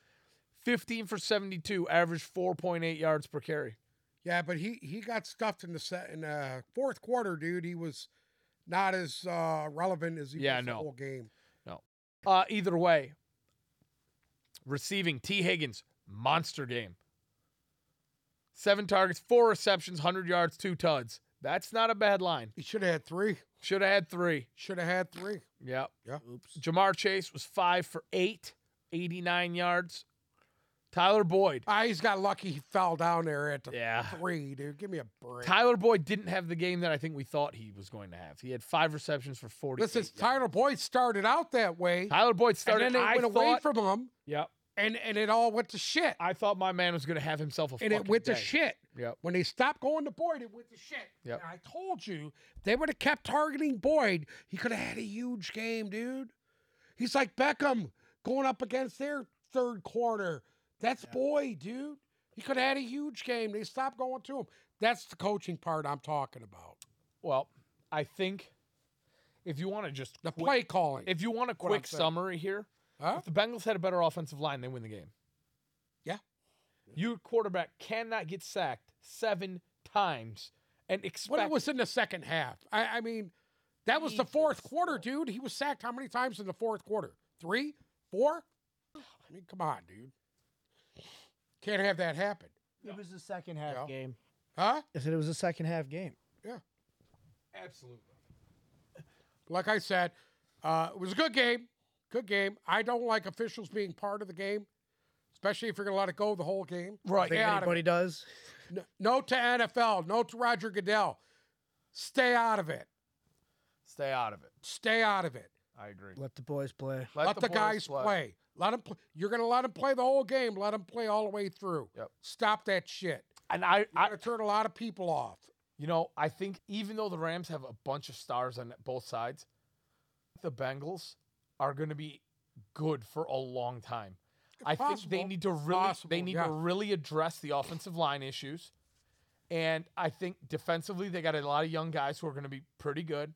S1: 15 for 72, averaged 4.8 yards per carry.
S2: Yeah, but he he got stuffed in the set in the fourth quarter, dude. He was not as uh, relevant as he
S1: Yeah,
S2: was
S1: no.
S2: the whole game.
S1: Uh, either way, receiving T. Higgins, monster game. Seven targets, four receptions, 100 yards, two tuds. That's not a bad line.
S2: He should have had three.
S1: Should have had three.
S2: Should have had three.
S1: Yep.
S3: Oops.
S1: Jamar Chase was five for eight, 89 yards. Tyler Boyd.
S2: Ah, he's got lucky. He fell down there at the
S1: Yeah.
S2: three, dude. Give me a break.
S1: Tyler Boyd didn't have the game that I think we thought he was going to have. He had five receptions for 40.
S2: Listen, Tyler Boyd started out that way,
S1: Tyler Boyd started.
S2: and then it
S1: I
S2: went
S1: thought,
S2: away from him,
S1: yep.
S2: and and it all went to shit.
S1: I thought my man was going to have himself a
S2: and it
S1: fucking
S2: went
S1: day.
S2: to shit.
S1: Yep.
S2: When they stopped going to Boyd, it went to shit.
S1: Yep.
S2: And I told you they would have kept targeting Boyd. He could have had a huge game, dude. He's like Beckham going up against their third corner. That's Boyd, dude. He could have had a huge game. They stopped going to him. That's the coaching part I'm talking about.
S1: Well, I think if you want to just
S2: The
S1: quick-
S2: play calling.
S1: if you want a
S2: what I'm
S1: quick
S2: saying.
S1: summary here,
S2: huh?
S1: if the Bengals had a better offensive line, they win the game.
S2: Yeah.
S1: Your quarterback cannot get sacked seven times and expect
S2: Well, it was in the second half. I, I mean, that was the fourth
S1: Jesus.
S2: quarter, dude. He was sacked how many times in the fourth quarter? Three? Four? I mean, come on, dude. Can't have that happen.
S3: It was the second half
S2: Yeah.
S3: game.
S2: Huh?
S3: I said it was the second half game.
S1: absolutely.
S2: Like I said, uh, it was a good game. Good game. I don't like officials being part of the game, especially if you're going to let it go the whole game.
S3: Right.
S2: Stay out of
S3: anybody does.
S2: it. No, no to NFL. No to Roger Goodell. Stay out of it.
S1: Stay out of it.
S2: Stay out of it.
S1: I agree.
S3: Let the boys play.
S2: Let, the, guys play. Let them. Play. You're going to let them play the whole game. Let them play all the way through.
S1: Yep.
S2: Stop that shit.
S1: And I, I
S2: You're going to turn a lot of people off.
S1: You know, I think even though the Rams have a bunch of stars on both sides, the Bengals are going to be good for a long time. I think they
S2: possible.
S1: need to really
S2: Possible,
S1: they need
S2: yeah.
S1: to really address the offensive line issues. And I think defensively they got a lot of young guys who are going to be pretty good.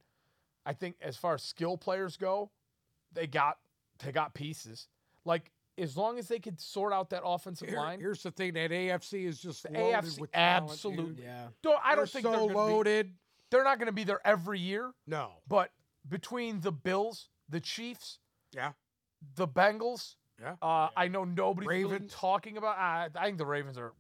S1: I think as far as skill players go, they got they got pieces. Like as long as they could sort out that offensive
S2: Here-
S1: line,
S2: here's the thing: that AFC is just loaded
S1: AFC
S2: with talent, dude.
S1: absolutely.
S3: Yeah.
S1: Don't- I
S2: They're
S1: don't think
S2: so
S1: they're gonna be-
S2: loaded.
S1: they're not going to be there every year.
S2: No.
S1: But between the Bills, the Chiefs,
S2: Yeah.
S1: the Bengals,
S2: Yeah.
S1: uh, I know nobody's really
S2: Ravens.
S1: talking about. I, I think the Ravens are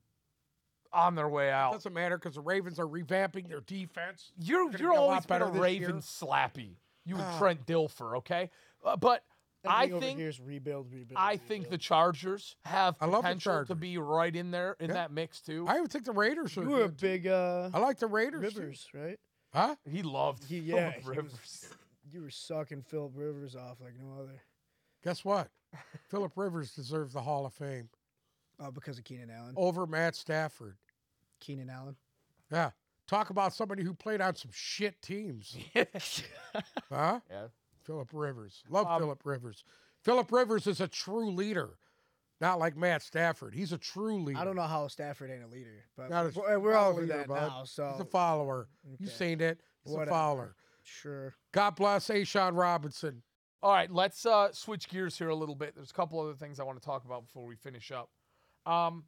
S1: on their way out.
S2: Doesn't matter because the Ravens are revamping their defense.
S1: you're
S2: gonna
S1: you're
S2: be a lot
S1: always been a
S2: better this year.
S1: Raven slappy. You and
S2: Ah.
S1: Trent Dilfer, okay? Uh, but I
S3: Everything over
S1: think
S3: here is rebuild, rebuild.
S1: I think the Chargers have
S2: I love the
S1: potential to
S2: Chargers.
S1: be right in there in
S2: Yeah.
S1: that mix too.
S2: I would think the Raiders are.
S3: you were a
S2: Good.
S3: big uh,
S2: I like the Raiders. too.
S3: Rivers, right?
S2: Huh?
S1: he loved
S3: He-
S1: Phillip
S3: yeah, he was-
S1: Rivers.
S3: You were sucking Philip Rivers off like no other.
S2: Guess what? Philip Rivers deserves the Hall of Fame
S3: Oh, because of Keenan Allen.
S2: over Matt Stafford.
S3: Keenan Allen.
S2: Yeah. Talk about somebody who played on some shit teams. Huh?
S1: Yeah.
S2: Philip Rivers. Love
S1: Um,
S2: Philip Rivers. Philip Rivers is a true leader, not like Matt Stafford. He's a true leader.
S3: I don't know how Stafford ain't a leader, but
S2: Not a-
S3: we're, we're
S2: not a
S3: all over
S2: leader,
S3: that
S2: bud.
S3: now.
S2: He's a
S3: So
S2: follower. You
S3: Okay.
S2: seen it. He's
S3: Whatever.
S2: a follower.
S3: sure.
S2: God bless Ashawn Robinson.
S1: All right, let's uh, switch gears here a little bit. There's a couple other things I want to talk about before we finish up. Um,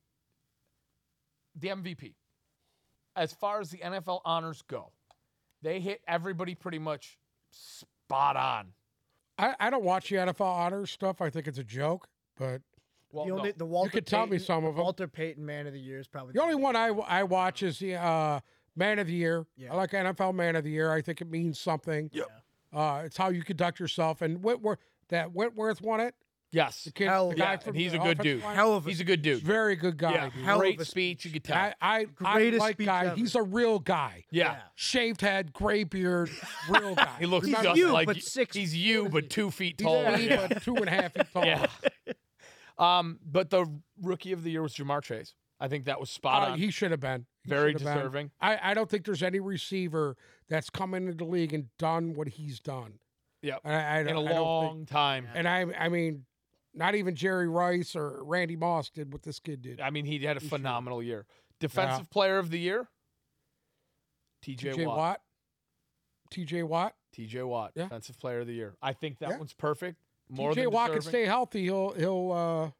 S1: the MVP. As far as the NFL honors go, they hit everybody pretty much spot on.
S2: I, I don't watch the NFL honors stuff. I think it's a joke, but
S1: Well,
S3: the
S1: no,
S3: only the Walter
S2: you could tell me
S3: Payton-
S2: some of them.
S3: Walter Payton Man of the Year is probably
S2: The only one I, I watch is the uh, Man of the Year.
S3: Yeah.
S2: I like NFL Man of the Year. I think it means something.
S1: Yep.
S2: Uh, it's how you conduct yourself. And Whitworth, that Whitworth won it.
S1: Yes.
S2: The kid,
S3: Hell
S2: the
S3: yeah,
S2: guy
S1: Yeah,
S2: from
S1: and he's a
S2: the
S1: good
S2: offensive
S1: dude.
S2: line,
S3: Hell of a
S1: He's a good dude.
S2: very good guy.
S1: Yeah,
S2: dude.
S3: hell of
S1: great
S3: a
S1: speech. You could tell.
S2: I, I, I
S3: Greatest
S2: like
S3: speech
S2: guy.
S3: ever.
S2: He's a real guy.
S1: yeah.
S2: Shaved head, gray beard, real guy.
S1: He looks
S3: He's
S1: just
S3: you,
S1: like
S3: but
S1: you.
S3: six
S1: He's you, but two feet
S2: He's
S1: tall.
S2: only,
S1: Yeah.
S2: uh, two and a half feet tall.
S1: Yeah. Um, but the rookie of the year was Jamar Chase. I think that was spot
S2: Uh,
S1: on.
S2: he should have been He
S1: Very
S2: should have been.
S1: deserving.
S2: I, I don't think there's any receiver that's come into the league and done what he's done.
S1: Yep.
S2: And I, I,
S1: in
S2: don't-
S1: a
S2: I don't think-
S1: long time.
S2: and I I mean, not even Jerry Rice or Randy Moss did what this kid did.
S1: I mean, he had a
S2: He should.
S1: phenomenal year. Defensive player of the year, TJ
S2: T.J.
S1: Watt.
S2: Watt. T.J. Watt.
S1: TJ Watt,
S2: Yeah.
S1: defensive player of the year. I think that
S2: Yeah.
S1: one's perfect. More
S2: T.J.
S1: than
S2: Watt can
S1: deserving.
S2: stay healthy. He'll he'll uh,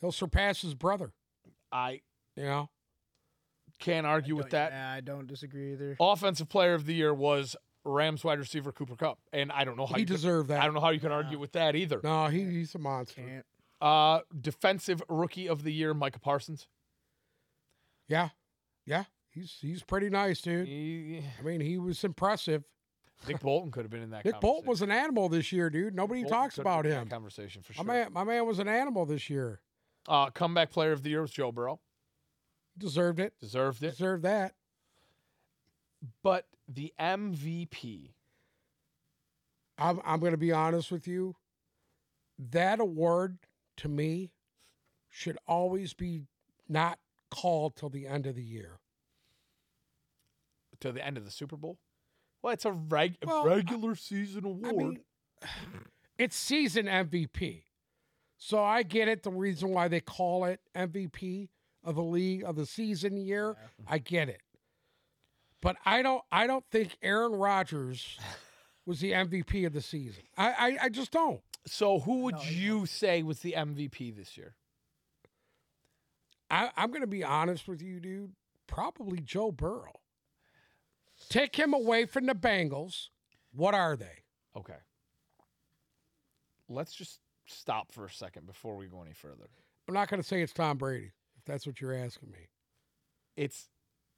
S2: he'll surpass his brother.
S1: I
S2: You know.
S1: can't argue with
S3: Don't-
S1: that.
S3: Yeah, I don't disagree
S2: Oh,
S3: either.
S1: Offensive player of the year was Rams wide receiver Cooper Cup, and I don't know how
S2: He
S1: you could,
S2: deserved
S1: I
S2: that.
S1: don't know how you can argue with that either.
S2: No, he, he's a monster.
S3: Can't.
S1: Uh, defensive rookie of the year Micah Parsons.
S2: Yeah, yeah. He's he's pretty nice,
S1: Mm.
S2: dude.
S1: He-
S2: I mean, he was impressive.
S1: Nick Bolton could have been in that.
S2: Nick Bolton
S1: conversation.
S2: was an animal this year, dude. Nobody
S1: Bolton
S2: talks
S1: could have
S2: about
S1: been in that
S2: him.
S1: Conversation for
S2: My
S1: sure.
S2: man, my man was an animal this year.
S1: Uh, comeback player of the year was Joe Burrow.
S2: Deserved it.
S1: Deserved it.
S2: Deserved that.
S1: But the MVP,
S2: I'm I'm going to be honest with you. That award to me should always be not called till the end of the year.
S1: to the end of the Super Bowl? Well, it's a reg-
S2: Well, I-
S1: regular season award.
S2: I mean, it's season MVP. So I get it. The reason why they call it MVP of the league of the season year, I get it. But I don't. I don't think Aaron Rodgers was the MVP of the season. I I, I just don't.
S1: so, who would
S3: No, it-
S1: you say was the MVP this year?
S2: I, I'm going to be honest with you, dude. Probably Joe Burrow. Take him away from the Bengals. What are they?
S1: Okay. Let's just stop for a second before we go any further.
S2: I'm not going to say it's Tom Brady, if that's what you're asking me.
S1: It's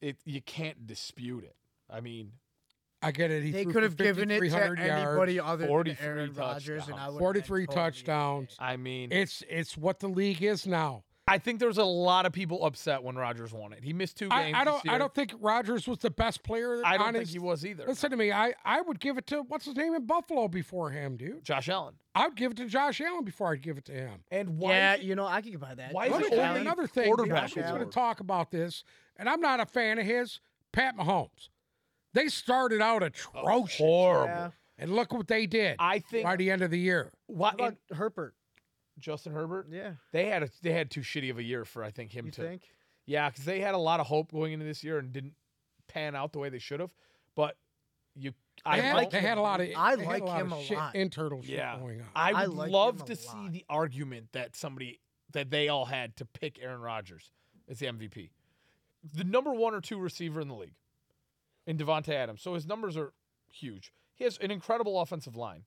S1: it you can't dispute it. I mean,
S2: I get it. He
S3: They
S2: threw
S3: could
S2: for
S3: have given it to
S2: 5,300 yards,
S3: anybody other than
S1: 43
S3: Aaron Rodgers, and I
S1: touchdowns.
S3: would
S2: 43 touchdowns.
S1: I mean,
S2: It's it's what the league is now.
S1: I think there was a lot of people upset when Rodgers won it. He missed two games.
S2: I, I
S1: this
S2: don't
S1: year.
S2: I don't think Rodgers was the best player.
S1: I don't
S2: on
S1: think
S2: his-
S1: he was either.
S2: Listen to me. I, I would give it to what's his name in Buffalo before him, dude.
S1: Josh Allen.
S2: I'd give it to Josh Allen before I'd give it to him.
S1: And why?
S3: Yeah,
S1: is it-
S3: you know I could buy that.
S1: why is
S2: Let
S1: it
S2: me tell you
S1: only
S2: another thing.
S1: quarterback
S2: I'm going to
S1: award?
S2: talk about this, and I'm not a fan of his. Pat Mahomes. They started out atrocious,
S1: horrible.
S3: Yeah.
S2: and look what they did
S1: Oh, I think
S2: by the end of the year.
S1: why,
S3: How about
S1: and
S3: Herbert?
S1: Justin Herbert.
S3: Yeah,
S1: They had a, they had too shitty of a year for I think him
S3: you
S1: too.
S3: think?
S1: Yeah, because they had a lot of hope going into this year and didn't pan out the way they should have. But you,
S2: They
S1: I
S2: had,
S1: like.
S2: they had a lot of.
S3: I
S2: they had
S3: like
S2: a lot
S3: him
S2: of
S3: a
S2: shit,
S3: lot.
S2: Internal shit
S1: Yeah.
S2: going on.
S1: I would
S3: I like
S1: love
S3: him
S1: to
S3: a
S1: see
S3: lot.
S1: the argument that somebody that they all had to pick Aaron Rodgers as the MVP, the number one or two receiver in the league, in Devonte Adams. So his numbers are huge. He has an incredible offensive line.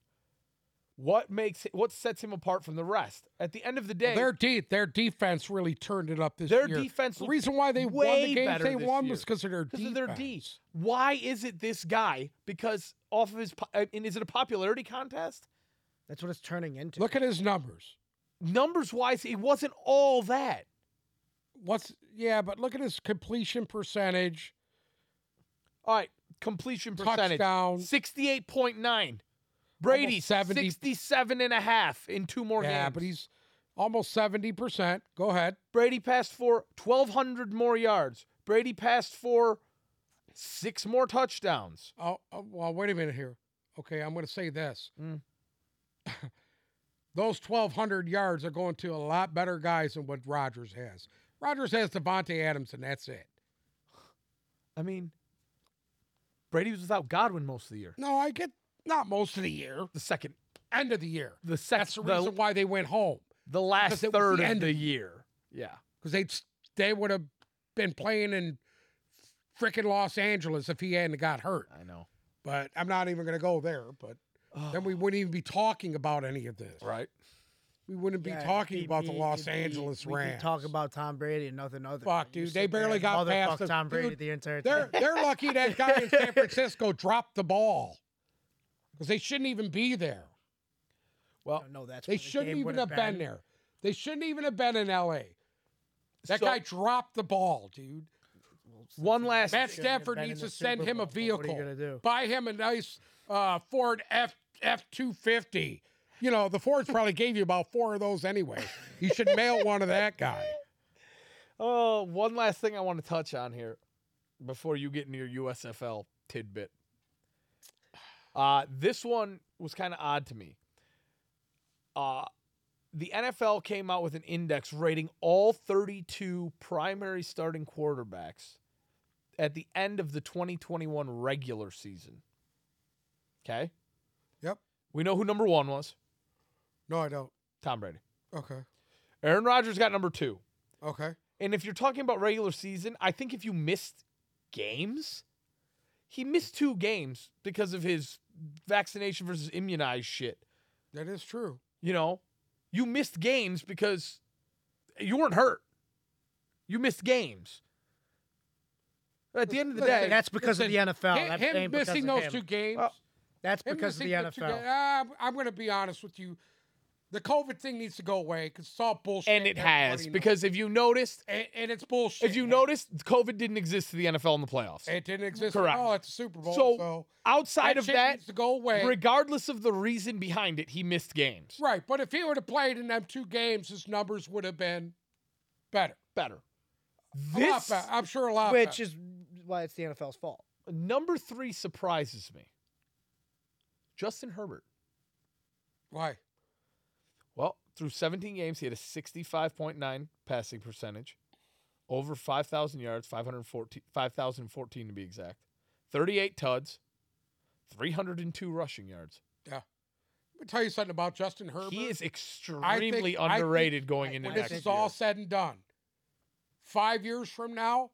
S1: What makes what sets him apart from the rest? At the end of the day,
S2: Their deep, their defense really turned it up this
S1: Their
S2: year.
S1: defense
S2: The
S1: looked
S2: reason why they won
S1: way
S2: the games
S1: better
S2: they
S1: this
S2: won
S1: year.
S2: was because of their
S1: because
S2: defense.
S1: of their D. Why is it this guy? Because off of his po- uh, and is it a popularity contest?
S3: That's what it's turning into.
S2: Look at his numbers.
S1: Numbers wise, it wasn't all that.
S2: What's yeah, but look at his completion percentage,
S1: All right, completion percentage
S2: touchdown.
S1: 68.9. Brady
S2: 70.
S1: 67 and a half in two more
S2: Yeah,
S1: games.
S2: but he's almost seventy percent. Go ahead.
S1: Brady passed for 1200 more yards. Brady passed for six more touchdowns.
S2: Oh, oh, well, wait a minute here. Okay, I'm going to say this.
S1: Mm.
S2: Those 1,200 yards are going to a lot better guys than what Rodgers has. Rodgers has Devontae Adams, and that's it.
S1: I mean Brady was without Godwin most of the year.
S2: No, I get not most of the year,
S1: The second
S2: end of the year.
S1: the second
S2: That's the reason why they went home
S1: the last
S2: because it was
S1: third
S2: the
S1: of
S2: end
S1: the
S2: of-
S1: year. Yeah.
S2: because they they would have been playing in freaking Los Angeles if he hadn't got hurt.
S1: I know.
S2: But I'm not even going to go there. But then we wouldn't even be talking about any of this.
S1: right.
S2: We wouldn't
S3: Yeah,
S2: be talking
S3: we-
S2: about the
S3: we-
S2: Los
S3: we-
S2: Angeles
S3: we
S2: Rams.
S3: could talk about Tom Brady and nothing other.
S2: Fuck,
S3: You
S2: dude,
S3: sit
S2: they
S3: there
S2: barely
S3: and
S2: got past
S3: motherfuck
S2: the-
S3: Tom Brady
S2: dude,
S3: the entire time.
S2: They're they're lucky that guy in San Francisco dropped the ball because they shouldn't even be there.
S1: Well,
S3: No, that's
S2: They
S3: where the
S2: shouldn't
S3: game
S2: even
S3: would've
S2: have been. there. They shouldn't even have been in L.A. That
S1: so
S2: guy dropped the ball, dude.
S1: one last
S2: Matt
S3: shouldn't have
S2: Stafford
S3: been in
S2: needs
S3: the
S2: to send
S3: Super
S2: him a
S3: Bowl, but what are
S2: vehicle.
S3: you gonna do?
S2: Buy him a nice uh, Ford F F two fifty. You know the Fords probably gave you about four of those anyway. You should mail one of that guy.
S1: Oh, one last thing I want to touch on here before you get into your USFL tidbit. Uh, this one was kind of odd to me. Uh, the NFL came out with an index rating all 32 primary starting quarterbacks at the end of the 2021 regular season. Okay.
S2: Yep.
S1: We know who number one was
S2: No, I don't.
S1: Tom Brady.
S2: Okay.
S1: Aaron Rodgers got number two.
S2: Okay.
S1: And if you're talking about regular season, I think if you missed games, he missed two games because of his vaccination versus immunized shit.
S2: That is true.
S1: You know, you missed games because you weren't hurt. You missed games. At the end of the
S2: Listen,
S1: day,
S3: That's because of the
S2: Listen,
S3: NFL.
S2: him
S3: That
S2: him
S3: ain't because
S2: missing
S3: of
S2: those
S3: him.
S2: two games.
S1: Well,
S3: That's
S2: him
S3: because of the
S2: missing two ga-
S3: NFL.
S2: Uh, I'm going to be honest with you. The COVID thing needs to go away because it's all bullshit.
S1: and it has
S2: everybody knows.
S1: because if you noticed,
S2: and, and it's bullshit.
S1: if you noticed, COVID didn't exist to the NFL in the playoffs.
S2: it didn't exist
S1: Correct.
S2: at all at the Super Bowl.
S1: So,
S2: So,
S1: Outside
S2: that
S1: of
S2: shit
S1: that,
S2: needs to go away.
S1: regardless of the reason behind it, he missed games.
S2: Right, but if he would have played in them two games, his numbers would have been better.
S1: Better.
S2: A lot
S1: This
S2: better. I'm sure a lot.
S3: Which
S2: better.
S3: is why it's the NFL's fault.
S1: Number three surprises me. Justin Herbert.
S2: why?
S1: Well, through 17 games, he had a 65.9 passing percentage, over 5,000 yards, 514 5,014 to be exact, 38 tuds, 302 rushing yards.
S2: Let me tell you something about Justin Herbert.
S1: He is
S2: I think-
S1: extremely
S2: I think
S1: underrated going into
S2: when
S1: next
S2: this
S1: year.
S2: is all said and done, five years from now,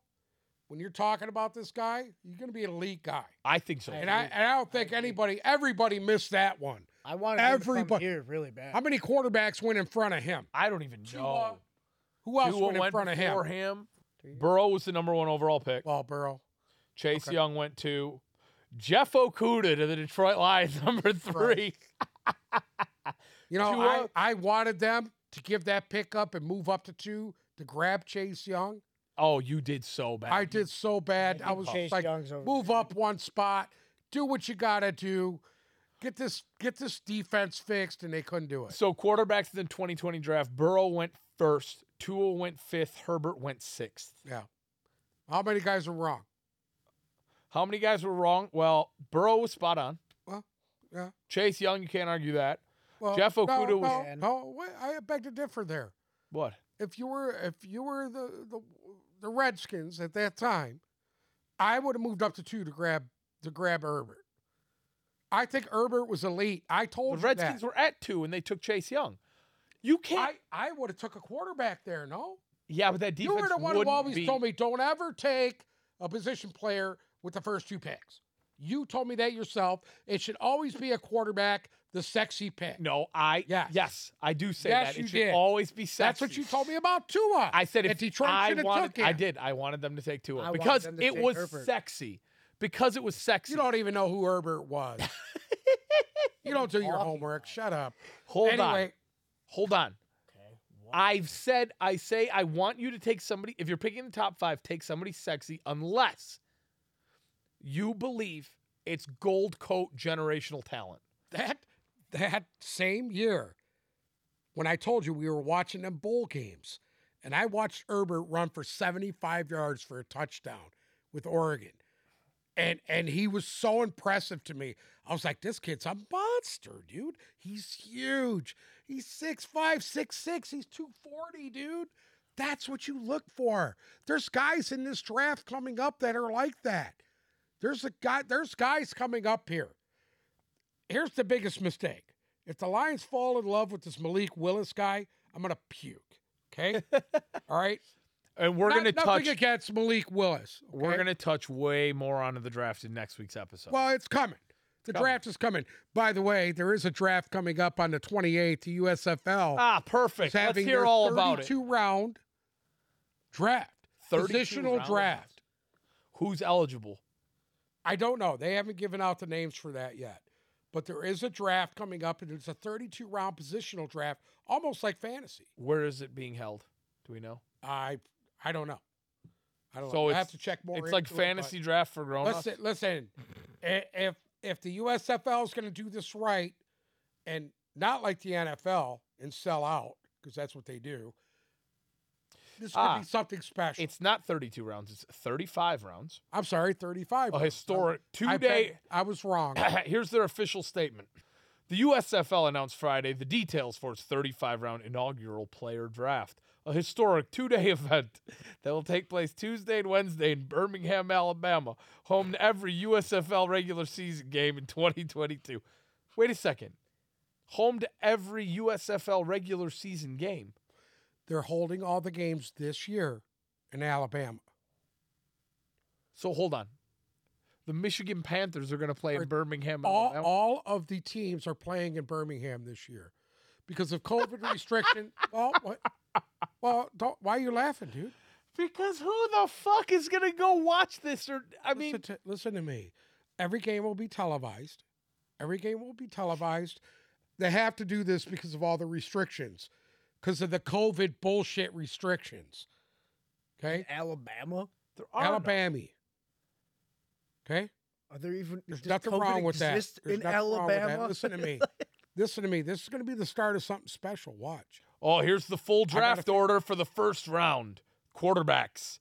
S2: when you're talking about this guy, you're going to be an elite guy.
S1: I think so.
S2: And I, and I don't think anybody, everybody missed that one.
S3: I wanted him to come
S2: Everybody-
S3: here really bad.
S2: How many quarterbacks went in front of him?
S1: I don't even know.
S2: Tua- Who else
S1: Tua
S2: went in front of him?
S1: before him. Burrow was the number one overall pick.
S2: Well, Burrow.
S1: Chase
S2: Okay.
S1: Young went to Jeff Okuda to the Detroit Lions, number three.
S2: You know,
S1: Tua-
S2: I, I wanted them to give that pick up and move up to two to grab Chase Young.
S1: Oh, you did so bad.
S2: I did so bad. I, was just
S3: Chase
S2: like,
S3: Young's over
S2: move
S3: there.
S2: up one spot, do what you gotta do, get this get this defense fixed, and they couldn't do it.
S1: So quarterbacks in the 2020 draft, Burrow went first, Tua went fifth, Herbert went sixth.
S2: Yeah. How many guys are wrong?
S1: How many guys were wrong? Well, Burrow was spot on.
S2: Well, yeah.
S1: Chase Young, you can't argue that.
S2: Well,
S1: Jeff
S2: no,
S1: Okuda
S2: no,
S1: was-
S2: no, wait, I beg to differ there.
S1: What?
S2: If you were if you were the the, the Redskins at that time, I would have moved up to two to grab to grab Herbert. I think Herbert was elite. I
S1: The
S2: told you that.
S1: Redskins were at two and they took Chase Young. You can't.
S2: I, I would have took a quarterback there, no?
S1: yeah, but that defense
S2: you were the one who
S1: wouldn't
S2: always
S1: be-
S2: told me don't ever take a position player with the first two picks. You told me that yourself. It should always be a quarterback, the sexy pick.
S1: No, I.
S2: Yes.
S1: yes I do say
S2: Yes,
S1: that. It
S2: you
S1: should
S2: did.
S1: always be sexy.
S2: That's what you told me about Tua.
S1: I said
S2: that
S1: if
S2: Detroit
S1: I
S2: should have
S1: wanted,
S2: took him.
S1: I did. I wanted them to take Tua
S3: I wanted
S1: because
S3: them to
S1: it
S3: take
S1: was
S3: Herbert.
S1: sexy. Because it was sexy.
S2: You don't even know who Herbert was. you don't do your homework. Shut up.
S1: Hold on.
S2: anyway,
S1: Hold on. I've said, I say, I want you to take somebody. If you're picking the top five, take somebody sexy, unless you believe it's gold coat generational talent.
S2: that that same year, when I told you we were watching them bowl games, and I watched Herbert run for 75 yards for a touchdown with Oregon. And and he was so impressive to me. I was like, this kid's a monster, dude. He's huge. He's 6'5, 6'6. He's 240, dude. That's what you look for. There's guys in this draft coming up that are like that. There's a guy, there's guys coming up here here's the biggest mistake. If the Lions fall in love with this Malik Willis guy, I'm gonna puke. Okay, all right.
S1: And we're
S2: Not-
S1: gonna
S2: nothing
S1: touch
S2: against Malik Willis.
S1: we're
S2: okay?
S1: gonna touch way more onto the draft in next week's episode.
S2: Well, it's coming. The
S1: coming.
S2: draft is coming. By the way, there is a draft coming up on the 28th. The USFL
S1: ah,
S2: is
S1: perfect. Let's
S2: having
S1: hear
S2: their
S1: all
S2: 32
S1: about it.
S2: round draft,
S1: 32
S2: positional
S1: rounds.
S2: draft.
S1: Who's eligible?
S2: I don't know. They haven't given out the names for that yet. But there is a draft coming up, and it's a 32 round positional draft, almost like fantasy.
S1: Where is it being held? Do we know?
S2: I I don't know. I don't
S1: So
S2: know. I
S1: it's-
S2: have to check more.
S1: it's like
S2: into it, but
S1: fantasy draft for grown ups.
S2: Listen, listen. i- If if the USFL is going to do this right, and not like the NFL and sell out because that's what they do, this could
S1: Ah,
S2: be something special.
S1: It's not 32 rounds. It's 35 rounds.
S2: I'm sorry, 35.
S1: A historic
S2: I,
S1: two
S2: bet
S1: day.
S2: I was wrong.
S1: Here's their official statement. The USFL announced Friday the details for its 35 round inaugural player draft, a historic two day event that will take place Tuesday and Wednesday in Birmingham, Alabama, home to every USFL regular season game in 2022. Wait a second. Home to every USFL regular season game.
S2: They're holding all the games this year in Alabama.
S1: So hold on. The Michigan Panthers are going to play in
S2: Are-
S3: Mm-hmm.
S1: Birmingham,
S2: All
S1: Alabama.
S2: all of the teams are playing in Birmingham this year because of COVID restriction. Well, what? Well, don't, why are you laughing, dude?
S1: because who the fuck is going to go watch this? Or I mean,
S2: listen to, listen to me. Every game will be televised. Every game will be televised. They have to do this because of all the restrictions, because of the COVID bullshit restrictions. Okay,
S3: Alabama?
S1: there are no-
S2: Alabama. Okay,
S3: Are there even
S2: there's
S3: does
S2: nothing
S3: COVID
S2: wrong with that.
S3: exist
S2: There's
S3: in
S2: nothing wrong with that.
S3: Alabama?
S2: Listen to me. Listen to me. This is going to be the start of something special. Watch.
S1: Oh, here's the full
S2: gotta
S1: draft
S2: fi-
S1: order for the first round. Quarterbacks.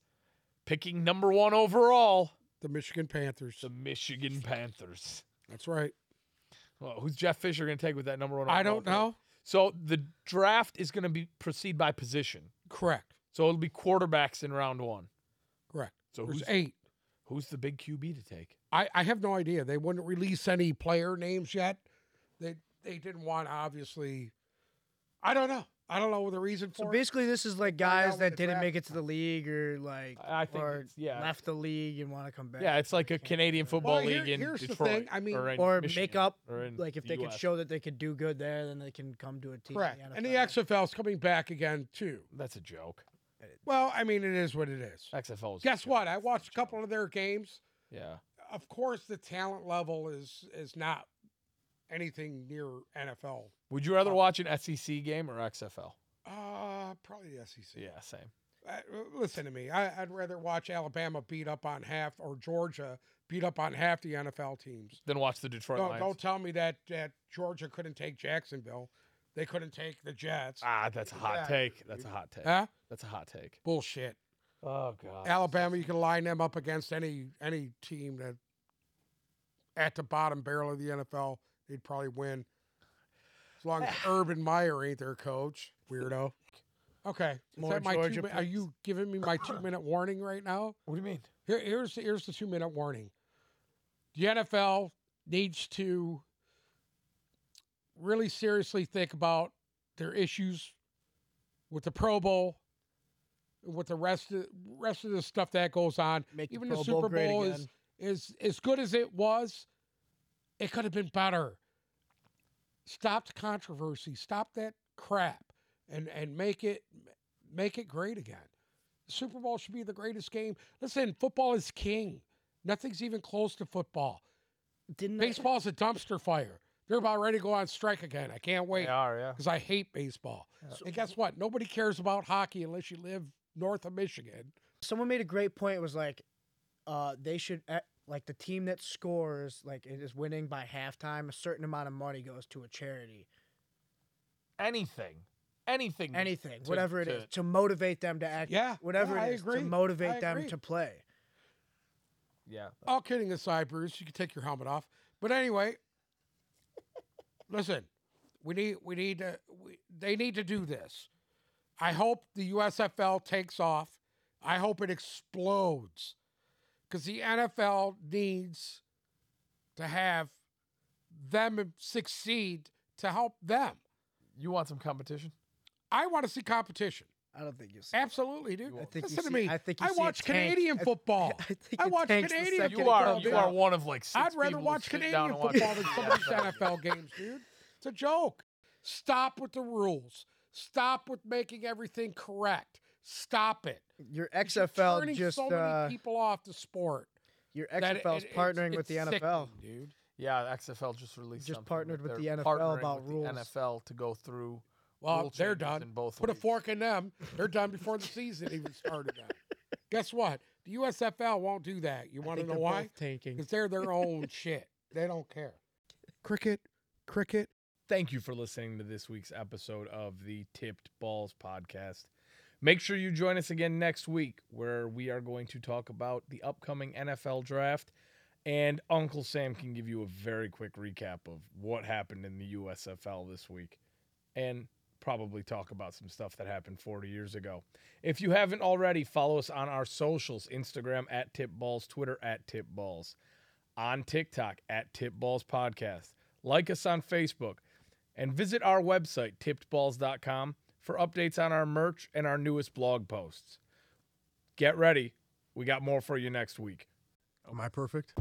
S1: Picking number one overall,
S2: The Michigan Panthers.
S1: the Michigan Panthers.
S2: That's right.
S1: Well, who's Jeff Fisher going to take with that number one?
S2: I
S1: overall
S2: don't
S1: pick?
S2: know.
S1: So the draft is going to be proceed by position.
S2: Correct.
S1: So it'll be quarterbacks in round one.
S2: Correct.
S1: So
S2: There's
S1: who's
S2: eight.
S1: who's the big QB to take?
S2: I, I have no idea. They wouldn't release any player names yet. They they didn't want obviously. I don't know. I don't know the reason
S3: So
S2: for it.
S3: basically, this is like
S2: Find out
S3: guys
S2: when the
S3: that didn't
S2: draft
S3: make it to the league or like
S1: I I think
S3: or
S1: it's, yeah,
S3: left the league and want to come back.
S1: yeah. It's like a Canadian football
S2: Well, here-
S1: league in
S2: here's the
S1: Detroit,
S2: thing. I mean-
S1: or, in
S3: or
S1: Michigan,
S3: make up
S1: or in
S3: like if
S1: the
S3: they could
S1: US.
S3: show that they could do good there, then they can come to a team. in
S2: Correct. and the
S3: NFL.
S2: XFL's coming back again too.
S1: That's a joke.
S2: Well, I mean, it is what it is.
S1: XFL. is a
S2: Guess
S1: joke.
S2: what? I watched a couple of their games.
S1: Yeah.
S2: Of course, the talent level is is not anything near NFL.
S1: Would you rather watch an SEC game or XFL?
S2: Uh, probably the SEC.
S1: Yeah, same.
S2: Uh, listen to me. I, I'd rather watch Alabama beat up on half or Georgia beat up on half the NFL teams.
S1: Then watch the Detroit
S2: Don't,
S1: Lions.
S2: don't tell me that that Georgia couldn't take Jacksonville. They couldn't take the Jets.
S1: Ah, that's a hot
S2: Yeah.
S1: take. That's a hot take.
S2: Huh?
S1: That's a hot take.
S2: Bullshit.
S1: Oh god.
S2: Alabama, you can line them up against any any team that at the bottom barrel of the NFL, they'd probably win. As long as Urban Meyer ain't their coach, weirdo. Okay, is
S3: More
S2: that my
S3: Georgia
S2: two, mi- are
S3: picks.
S2: you giving me my two minute warning right now?
S1: What do you mean?
S2: Here, here's the, here's the two minute warning. The NFL needs to really seriously think about their issues with the Pro Bowl, with the rest of rest of the stuff that goes on.
S3: Make the
S2: Even
S3: Pro
S2: the
S3: Bowl
S2: Super
S3: great
S2: Bowl
S3: again.
S2: is is as good as it was. It could have been better. Stop the controversy. Stop that crap, and and make it make it great again. Super Bowl should be the greatest game. Listen, football is king. Nothing's even close to football.
S3: didn't
S2: Baseball's a dumpster fire. They're about ready to go on strike again. I can't wait
S1: They are, yeah.
S2: because I hate baseball. And guess what? Nobody cares about hockey unless you live north of Michigan.
S3: someone made a great point. It was like, uh, they should eh, like the team that scores like it is winning by halftime. A certain amount of money goes to a charity,
S1: Anything. Anything.
S3: anything,
S1: to-
S3: whatever it
S1: to-
S3: is, to motivate them to act.
S2: Mm-hmm. Yeah,
S3: whatever
S2: yeah, I
S3: it is
S2: agree.
S3: to motivate
S2: I
S3: them
S2: agree.
S3: to play.
S1: Yeah.
S2: All kidding aside, Bruce, you can take your helmet off. But anyway, listen, we need we need to we, they need to do this. I hope the USFL takes off. I hope it explodes because the NFL needs to have them succeed to help them.
S1: You want some competition?
S2: I want to see competition.
S3: I don't think you'll see.
S2: Absolutely, dude.
S3: I think you
S2: Listen to
S3: see-
S2: me.
S3: I think you see a
S2: watch
S3: tank.
S2: Canadian
S3: I-
S2: football.
S3: I think
S2: I
S3: it
S2: watch
S3: tanks the
S2: Canadian
S3: second it
S1: You
S2: football.
S1: are
S3: goes
S1: you
S2: dude.
S3: out.
S1: are one of like six
S2: I'd rather
S1: people who
S2: watch
S1: sit down
S2: Canadian
S1: and watch
S2: football than some of these
S1: NFL.
S2: NFL games, dude. It's a joke. Stop with the rules. Stop with making everything correct. Stop it.
S3: Your
S2: You're
S3: XFL
S2: turning
S3: just
S2: so
S3: uh,
S2: many people off the sport.
S3: your
S2: that
S3: XFL is
S2: it- it's-
S3: partnering with
S2: it's
S3: the
S2: sickening,
S3: NFL.
S2: dude.
S1: Yeah, XFL just released.
S3: Just
S1: something that
S3: partnered with
S1: they're
S3: the NFL
S1: partnering
S3: about
S1: with
S3: rules.
S1: The NFL to go through.
S2: Well,
S1: rule
S2: Uh, they're
S1: changes
S2: done.
S1: in both.
S2: Put a
S1: leagues.
S2: fork in them. They're done before the season even started. Now. Guess what? The USFL won't do that. You want to
S3: think
S2: know
S3: they're
S2: why?
S3: both tanking.
S2: Because they're their own shit. They don't care. Cricket, cricket.
S1: Thank you for listening to this week's episode of the Tipped Balls podcast. Make sure you join us again next week where we are going to talk about the upcoming NFL draft and Uncle Sam can give you a very quick recap of what happened in the USFL this week and probably talk about some stuff that happened 40 years ago. If you haven't already, follow us on our socials, Instagram at Tipballs, Twitter at Tipballs on TikTok at Tip Balls Podcast. Like us on Facebook and visit our website, tippedballs.com, for updates on our merch and our newest blog posts. Get ready. We got more for you next week.
S5: Am I perfect?